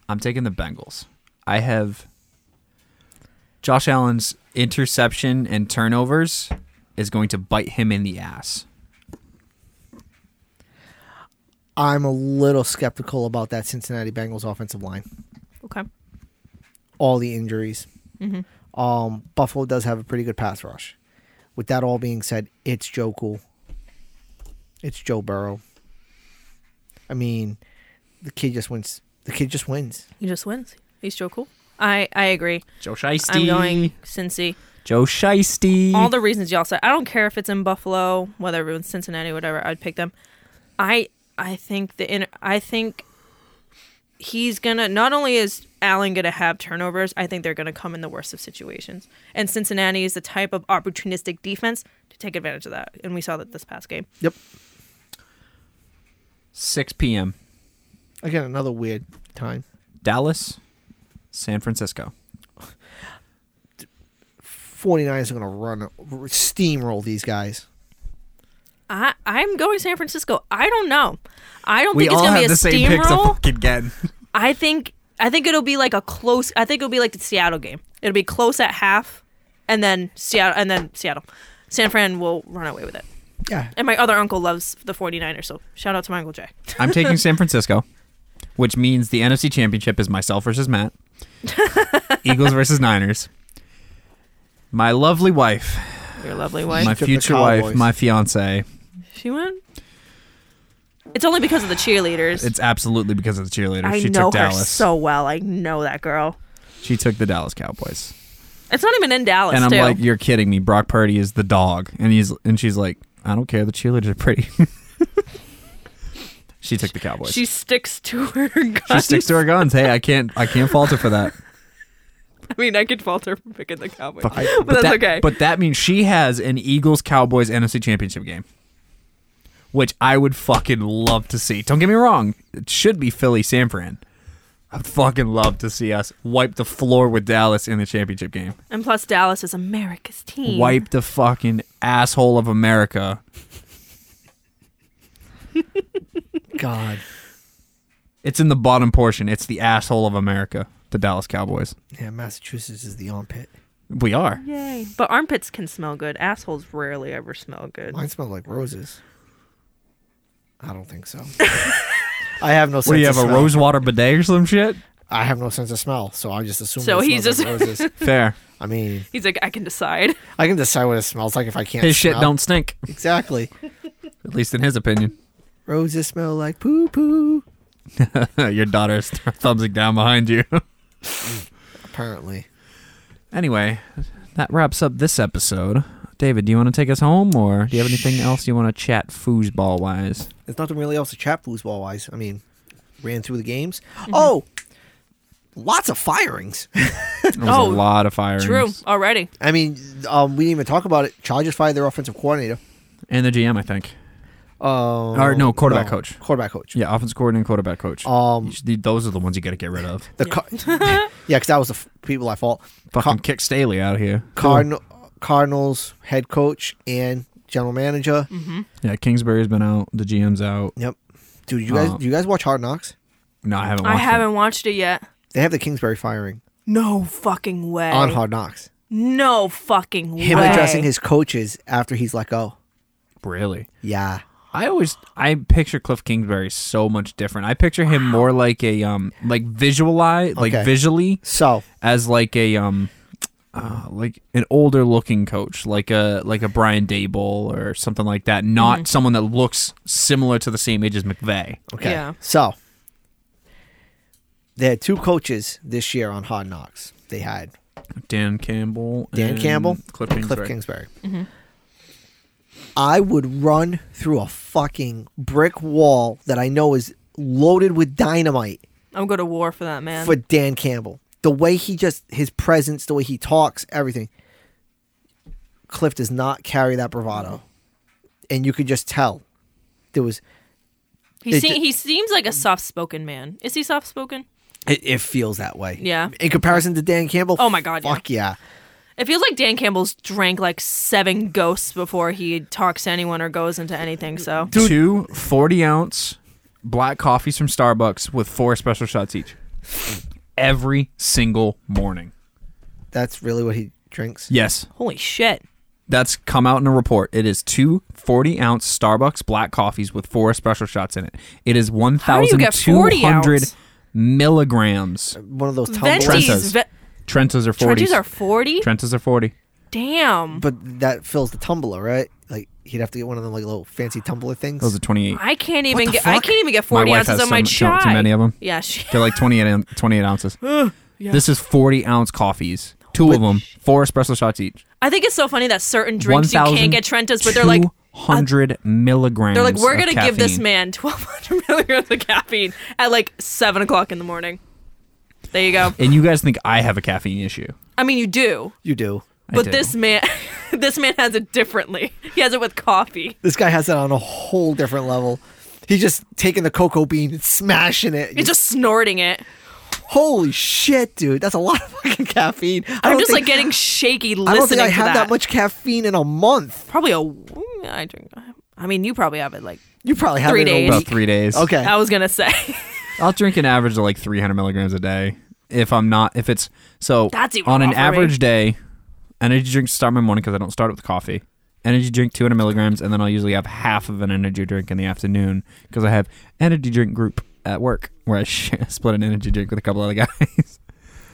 [SPEAKER 3] I'm taking the Bengals. I have Josh Allen's interception and turnovers is going to bite him in the ass.
[SPEAKER 1] I'm a little skeptical about that Cincinnati Bengals offensive line.
[SPEAKER 2] Okay.
[SPEAKER 1] All the injuries. Um, Buffalo does have a pretty good pass rush. With that all being said, it's Joe Cool. It's Joe Burrow. I mean, the kid just wins. The kid just wins.
[SPEAKER 2] He just wins. He's Joe Cool. I, I agree.
[SPEAKER 3] Joe Shiesty.
[SPEAKER 2] I'm going Cincy.
[SPEAKER 3] Joe Shiesty.
[SPEAKER 2] All the reasons y'all said. I don't care if it's in Buffalo, whether it was Cincinnati, whatever. I'd pick them. I I think the inner. I think he's gonna. Not only is Allen gonna have turnovers, I think they're gonna come in the worst of situations. And Cincinnati is the type of opportunistic defense to take advantage of that, and we saw that this past game.
[SPEAKER 1] Yep.
[SPEAKER 3] 6 p.m.
[SPEAKER 1] Again, another weird time.
[SPEAKER 3] Dallas, San Francisco.
[SPEAKER 1] 49ers are going to run steamroll these guys.
[SPEAKER 2] I I'm going San Francisco. I don't know. I don't think it's
[SPEAKER 3] all
[SPEAKER 2] gonna be
[SPEAKER 3] have
[SPEAKER 2] a
[SPEAKER 3] the same picks to
[SPEAKER 2] steamroll.
[SPEAKER 3] fucking get.
[SPEAKER 2] I think I think it'll be like a close. I think it'll be like the Seattle game. It'll be close at half, and then Seattle, and then Seattle. San Fran will run away with it.
[SPEAKER 1] Yeah.
[SPEAKER 2] And my other uncle loves the 49ers, so shout out to my uncle Jay.
[SPEAKER 3] I'm taking San Francisco, which means the NFC Championship is myself
[SPEAKER 2] *laughs*
[SPEAKER 3] versus Matt, Eagles versus Niners. My lovely wife,
[SPEAKER 2] Your
[SPEAKER 3] *laughs*
[SPEAKER 2] lovely
[SPEAKER 3] my
[SPEAKER 2] wife.
[SPEAKER 1] took the
[SPEAKER 3] future wife,
[SPEAKER 1] Cowboys.
[SPEAKER 3] my fiance.
[SPEAKER 2] She went. It's only because of the cheerleaders.
[SPEAKER 3] It's absolutely because of the cheerleader.
[SPEAKER 2] I
[SPEAKER 3] she
[SPEAKER 2] know
[SPEAKER 3] took
[SPEAKER 2] her
[SPEAKER 3] Dallas.
[SPEAKER 2] so well. I know that girl.
[SPEAKER 3] she took the Dallas Cowboys.
[SPEAKER 2] It's not even in Dallas.
[SPEAKER 3] and I'm
[SPEAKER 2] too.
[SPEAKER 3] like, you're kidding me. Brock Purdy is the dog, and he's and she's like, I don't care. The cheerleaders are pretty. *laughs* she took the Cowboys.
[SPEAKER 2] she sticks to her guns.
[SPEAKER 3] she sticks to her guns. Hey, I can't I can't falter for that.
[SPEAKER 2] *laughs* I mean, I could falter for picking the Cowboys, *laughs*
[SPEAKER 3] Fuck.
[SPEAKER 2] but, that's
[SPEAKER 3] that,
[SPEAKER 2] okay.
[SPEAKER 3] But that means she has an Eagles Cowboys NFC Championship game, which I would fucking love to see. Don't get me wrong; it should be Philly San Fran. I'd fucking love to see us wipe the floor with Dallas in the championship game.
[SPEAKER 2] and plus, Dallas is America's team.
[SPEAKER 3] Wipe the fucking asshole of America.
[SPEAKER 1] God.
[SPEAKER 3] It's in the bottom portion. It's the asshole of America. The Dallas Cowboys.
[SPEAKER 1] Yeah, Massachusetts is the armpit.
[SPEAKER 3] We are.
[SPEAKER 2] Yay! But armpits can smell good. Assholes rarely ever smell good.
[SPEAKER 1] Mine smells like roses. I don't think
[SPEAKER 2] *laughs*
[SPEAKER 1] so. I have no sense
[SPEAKER 3] What do you have
[SPEAKER 1] of
[SPEAKER 3] a
[SPEAKER 1] smell.
[SPEAKER 3] rosewater bidet or some shit?
[SPEAKER 1] I have no sense of smell, so I just assume
[SPEAKER 2] So
[SPEAKER 1] it
[SPEAKER 2] he's
[SPEAKER 1] smells
[SPEAKER 2] just-
[SPEAKER 1] like
[SPEAKER 2] *laughs*
[SPEAKER 1] roses.
[SPEAKER 3] Fair.
[SPEAKER 1] I mean,
[SPEAKER 2] He's like, I can decide.
[SPEAKER 1] *laughs* I can decide what it smells like if I can't
[SPEAKER 3] His shit
[SPEAKER 1] smell.
[SPEAKER 3] don't stink.
[SPEAKER 1] Exactly.
[SPEAKER 3] At least in his opinion. *laughs*
[SPEAKER 1] Roses smell like poo poo.
[SPEAKER 3] Your daughter's thumbsing down behind you. *laughs*
[SPEAKER 1] Apparently.
[SPEAKER 3] Anyway, that wraps up this episode. David, do you want to take us home, or do you have anything else you want to chat foosball wise?
[SPEAKER 1] There's nothing really else to chat foosball wise. I mean, ran through the games.
[SPEAKER 2] Mm-hmm.
[SPEAKER 1] Oh, lots of firings.
[SPEAKER 3] There was
[SPEAKER 2] Oh,
[SPEAKER 3] a lot of firings.
[SPEAKER 2] True. Already.
[SPEAKER 1] I mean, um, we didn't even talk about it. Chargers fired their offensive coordinator.
[SPEAKER 3] And the GM, I think.
[SPEAKER 1] Um,
[SPEAKER 3] Or no, quarterback coach.
[SPEAKER 1] Quarterback coach.
[SPEAKER 3] Yeah, offensive coordinator, and quarterback coach.
[SPEAKER 1] Um,
[SPEAKER 3] You should- those are the ones you got to get rid of.
[SPEAKER 1] The Car- yeah, because that was the f- people I fault.
[SPEAKER 3] Fucking kick Staley out of here.
[SPEAKER 1] Cardinal Cardinals head coach and general manager.
[SPEAKER 3] Yeah, Kingsbury's been out. The GM's out.
[SPEAKER 1] Yep. Dude, you guys,
[SPEAKER 3] Um,
[SPEAKER 1] do you guys watch Hard Knocks?
[SPEAKER 3] No, I haven't.
[SPEAKER 2] I
[SPEAKER 3] Watched
[SPEAKER 2] haven't watched it yet.
[SPEAKER 1] They have the Kingsbury firing
[SPEAKER 2] No fucking way.
[SPEAKER 1] on Hard Knocks.
[SPEAKER 2] No fucking way.
[SPEAKER 1] Him addressing his coaches after he's let go.
[SPEAKER 3] It. Really?
[SPEAKER 1] Yeah.
[SPEAKER 3] I always I picture Cliff Kingsbury so much different. I picture him more like a um like visualize like
[SPEAKER 1] Okay.
[SPEAKER 3] visually
[SPEAKER 1] So
[SPEAKER 3] as like a um uh, like an older looking coach like a like a Brian Dable or something like that not someone that looks similar to the same age as McVeigh.
[SPEAKER 1] okay.
[SPEAKER 2] Yeah.
[SPEAKER 1] So they had two coaches this year on Hard Knocks. They had
[SPEAKER 3] Dan Campbell
[SPEAKER 1] Dan
[SPEAKER 3] and
[SPEAKER 1] Campbell,
[SPEAKER 3] Cliff
[SPEAKER 1] and
[SPEAKER 3] Kingsbury.
[SPEAKER 1] Cliff Kingsbury.
[SPEAKER 2] Mm-hmm.
[SPEAKER 1] I would run through a fucking brick wall that I know is loaded with dynamite
[SPEAKER 2] I'm going to war for that man.
[SPEAKER 1] for Dan Campbell. The way he just his presence, the way he talks, everything. Cliff does not carry that bravado, and you could just tell there was.
[SPEAKER 2] he,
[SPEAKER 1] it
[SPEAKER 2] se-
[SPEAKER 1] ju-
[SPEAKER 2] he seems like a soft spoken man. Is he soft spoken?
[SPEAKER 1] It, it feels that way.
[SPEAKER 2] Yeah.
[SPEAKER 1] In comparison to Dan Campbell.
[SPEAKER 2] Oh my God, yeah.
[SPEAKER 1] Fuck yeah.
[SPEAKER 2] It feels like Dan Campbell's drank like seven ghosts before he talks to anyone or goes into anything. So
[SPEAKER 3] Two 40 ounce black coffees from Starbucks with four special shots each every single morning.
[SPEAKER 1] That's really what he drinks.
[SPEAKER 3] Yes,
[SPEAKER 2] holy shit.
[SPEAKER 3] that's come out in a report. It is two 40 ounce Starbucks black coffees with four special shots in it. It is
[SPEAKER 2] How do you get 40
[SPEAKER 3] 1,200
[SPEAKER 2] ounce?
[SPEAKER 3] milligrams.
[SPEAKER 1] One of those tumblers.
[SPEAKER 2] Venti's
[SPEAKER 3] Trentas.
[SPEAKER 2] ve-
[SPEAKER 3] Trentas are 40.
[SPEAKER 2] Trenches are forty.
[SPEAKER 3] Trentas are 40.
[SPEAKER 2] Damn.
[SPEAKER 1] But that fills the tumbler, right? Like he'd have to get one of them like little fancy tumbler things.
[SPEAKER 3] Those are 28.
[SPEAKER 2] I can't even
[SPEAKER 1] the
[SPEAKER 2] get. I
[SPEAKER 1] fuck?
[SPEAKER 2] can't even get
[SPEAKER 3] My
[SPEAKER 2] forty
[SPEAKER 3] wife
[SPEAKER 2] ounces
[SPEAKER 3] has
[SPEAKER 2] of my
[SPEAKER 3] so
[SPEAKER 2] chai.
[SPEAKER 3] much- too many of 'em.
[SPEAKER 2] Yeah, she,
[SPEAKER 3] They're like 28, oun-
[SPEAKER 2] *gasps*
[SPEAKER 3] 28 ounces. This is 40 ounce coffees. Two of them, four espresso shots each.
[SPEAKER 2] *laughs* I think it's so funny that certain drinks you can't get Trentas, but they're like, uh,
[SPEAKER 3] hundred milligrams.
[SPEAKER 2] they're like, we're
[SPEAKER 3] of
[SPEAKER 2] gonna give this
[SPEAKER 3] caffeine."
[SPEAKER 2] man twelve hundred *laughs* milligrams of caffeine at like seven o'clock in the morning. There you go.
[SPEAKER 3] And you guys think I have a caffeine issue?
[SPEAKER 2] I mean, you do,
[SPEAKER 1] you do.
[SPEAKER 3] I
[SPEAKER 2] but
[SPEAKER 3] do.
[SPEAKER 2] this man, *laughs* this man has it differently. He has it with coffee.
[SPEAKER 1] This guy has it on a whole different level. He's just taking the cocoa bean and smashing it.
[SPEAKER 2] You're just snorting it.
[SPEAKER 1] holy shit, dude! That's a lot of *laughs* fucking caffeine. I
[SPEAKER 2] I'm
[SPEAKER 1] don't
[SPEAKER 2] just
[SPEAKER 1] think-
[SPEAKER 2] like getting shaky listening
[SPEAKER 1] I don't think I
[SPEAKER 2] to
[SPEAKER 1] have that.
[SPEAKER 2] that
[SPEAKER 1] much caffeine in a month.
[SPEAKER 2] Probably a. mm, I drink. I mean, you probably have it. Like
[SPEAKER 1] You probably have
[SPEAKER 2] Three
[SPEAKER 1] it in a
[SPEAKER 2] days.
[SPEAKER 1] week.
[SPEAKER 3] About three days.
[SPEAKER 1] Okay.
[SPEAKER 2] I was gonna say,
[SPEAKER 3] I'll drink an average of like 300 milligrams a day if I'm not if it's so
[SPEAKER 2] That's even
[SPEAKER 3] on an
[SPEAKER 2] more for me.
[SPEAKER 3] average day. Energy drinks start my morning because I don't start with coffee. Energy drink 200 milligrams, and then I'll usually have half of an energy drink in the afternoon because I have energy drink group at work where I sh- *laughs* split an energy drink with a couple other guys.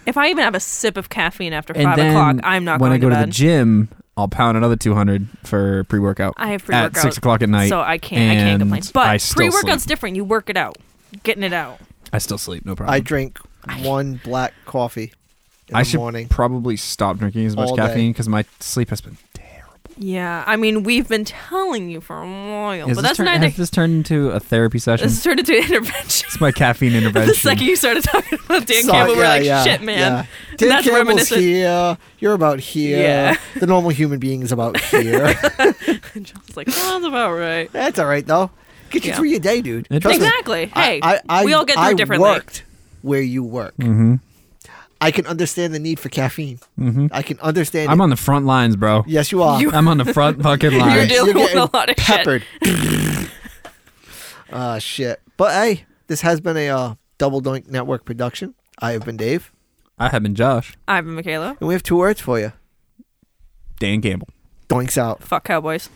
[SPEAKER 2] if I even have a sip of caffeine after
[SPEAKER 3] and
[SPEAKER 2] five
[SPEAKER 3] then
[SPEAKER 2] o'clock, I'm not
[SPEAKER 3] when
[SPEAKER 2] going
[SPEAKER 3] I go to,
[SPEAKER 2] bed.
[SPEAKER 3] the gym, I'll pound another 200 for pre workout.
[SPEAKER 2] I have
[SPEAKER 3] at
[SPEAKER 2] pre-workout,
[SPEAKER 3] six o'clock at night.
[SPEAKER 2] so I can't. I can't
[SPEAKER 3] and
[SPEAKER 2] complain.
[SPEAKER 3] I
[SPEAKER 2] But
[SPEAKER 3] still sleep.
[SPEAKER 2] pre-workout's different. You work it out, getting it out.
[SPEAKER 3] I still sleep, no problem.
[SPEAKER 1] I drink one black coffee in
[SPEAKER 3] I
[SPEAKER 1] the
[SPEAKER 3] should
[SPEAKER 1] morning.
[SPEAKER 3] probably stop drinking as much
[SPEAKER 1] All day.
[SPEAKER 3] caffeine because my sleep has been terrible.
[SPEAKER 2] Yeah, I mean, we've been telling you for a while,
[SPEAKER 3] Has
[SPEAKER 2] but
[SPEAKER 3] this
[SPEAKER 2] that's
[SPEAKER 3] turn-
[SPEAKER 2] neither.
[SPEAKER 3] Has this turned into a therapy session?
[SPEAKER 2] This turned into an
[SPEAKER 3] *laughs*
[SPEAKER 2] intervention.
[SPEAKER 3] it's my caffeine intervention.
[SPEAKER 2] the second you started talking about Dan
[SPEAKER 1] So-
[SPEAKER 2] Campbell, we're
[SPEAKER 1] yeah,
[SPEAKER 2] like,
[SPEAKER 1] yeah,
[SPEAKER 2] shit, man.
[SPEAKER 1] yeah. Dan
[SPEAKER 2] that's
[SPEAKER 1] Campbell's
[SPEAKER 2] reminiscent.
[SPEAKER 1] here. You're about here.
[SPEAKER 2] Yeah.
[SPEAKER 1] The normal human being is about
[SPEAKER 2] *laughs*
[SPEAKER 1] here.
[SPEAKER 2] *laughs* And John's like, "Oh, that's about right.
[SPEAKER 1] That's all right though. Get you
[SPEAKER 2] Yeah.
[SPEAKER 1] through your day, dude.
[SPEAKER 3] It
[SPEAKER 1] Trust me.
[SPEAKER 2] Exactly.
[SPEAKER 1] I-
[SPEAKER 2] Hey,
[SPEAKER 1] I, I-
[SPEAKER 2] we all get through
[SPEAKER 1] I
[SPEAKER 2] differently.
[SPEAKER 1] Worked where you work.
[SPEAKER 3] hmm
[SPEAKER 1] I can understand the need for caffeine.
[SPEAKER 3] hmm
[SPEAKER 1] I can understand.
[SPEAKER 3] I'm
[SPEAKER 1] it.
[SPEAKER 3] on the front lines, bro.
[SPEAKER 1] Yes, you are. *laughs*
[SPEAKER 2] You-
[SPEAKER 3] I'm on the front fucking
[SPEAKER 2] You're doing-
[SPEAKER 3] lines.
[SPEAKER 2] dealing with a
[SPEAKER 1] getting
[SPEAKER 2] lot of shit.
[SPEAKER 1] peppered. *laughs* Ah, shit. But hey, this has been a uh, Double Doink Network production. I have been Dave,
[SPEAKER 3] I have been Josh,
[SPEAKER 2] I've been Michaela.
[SPEAKER 1] and we have two words for you.
[SPEAKER 3] Dan Campbell.
[SPEAKER 1] Doinks out.
[SPEAKER 2] Fuck Cowboys.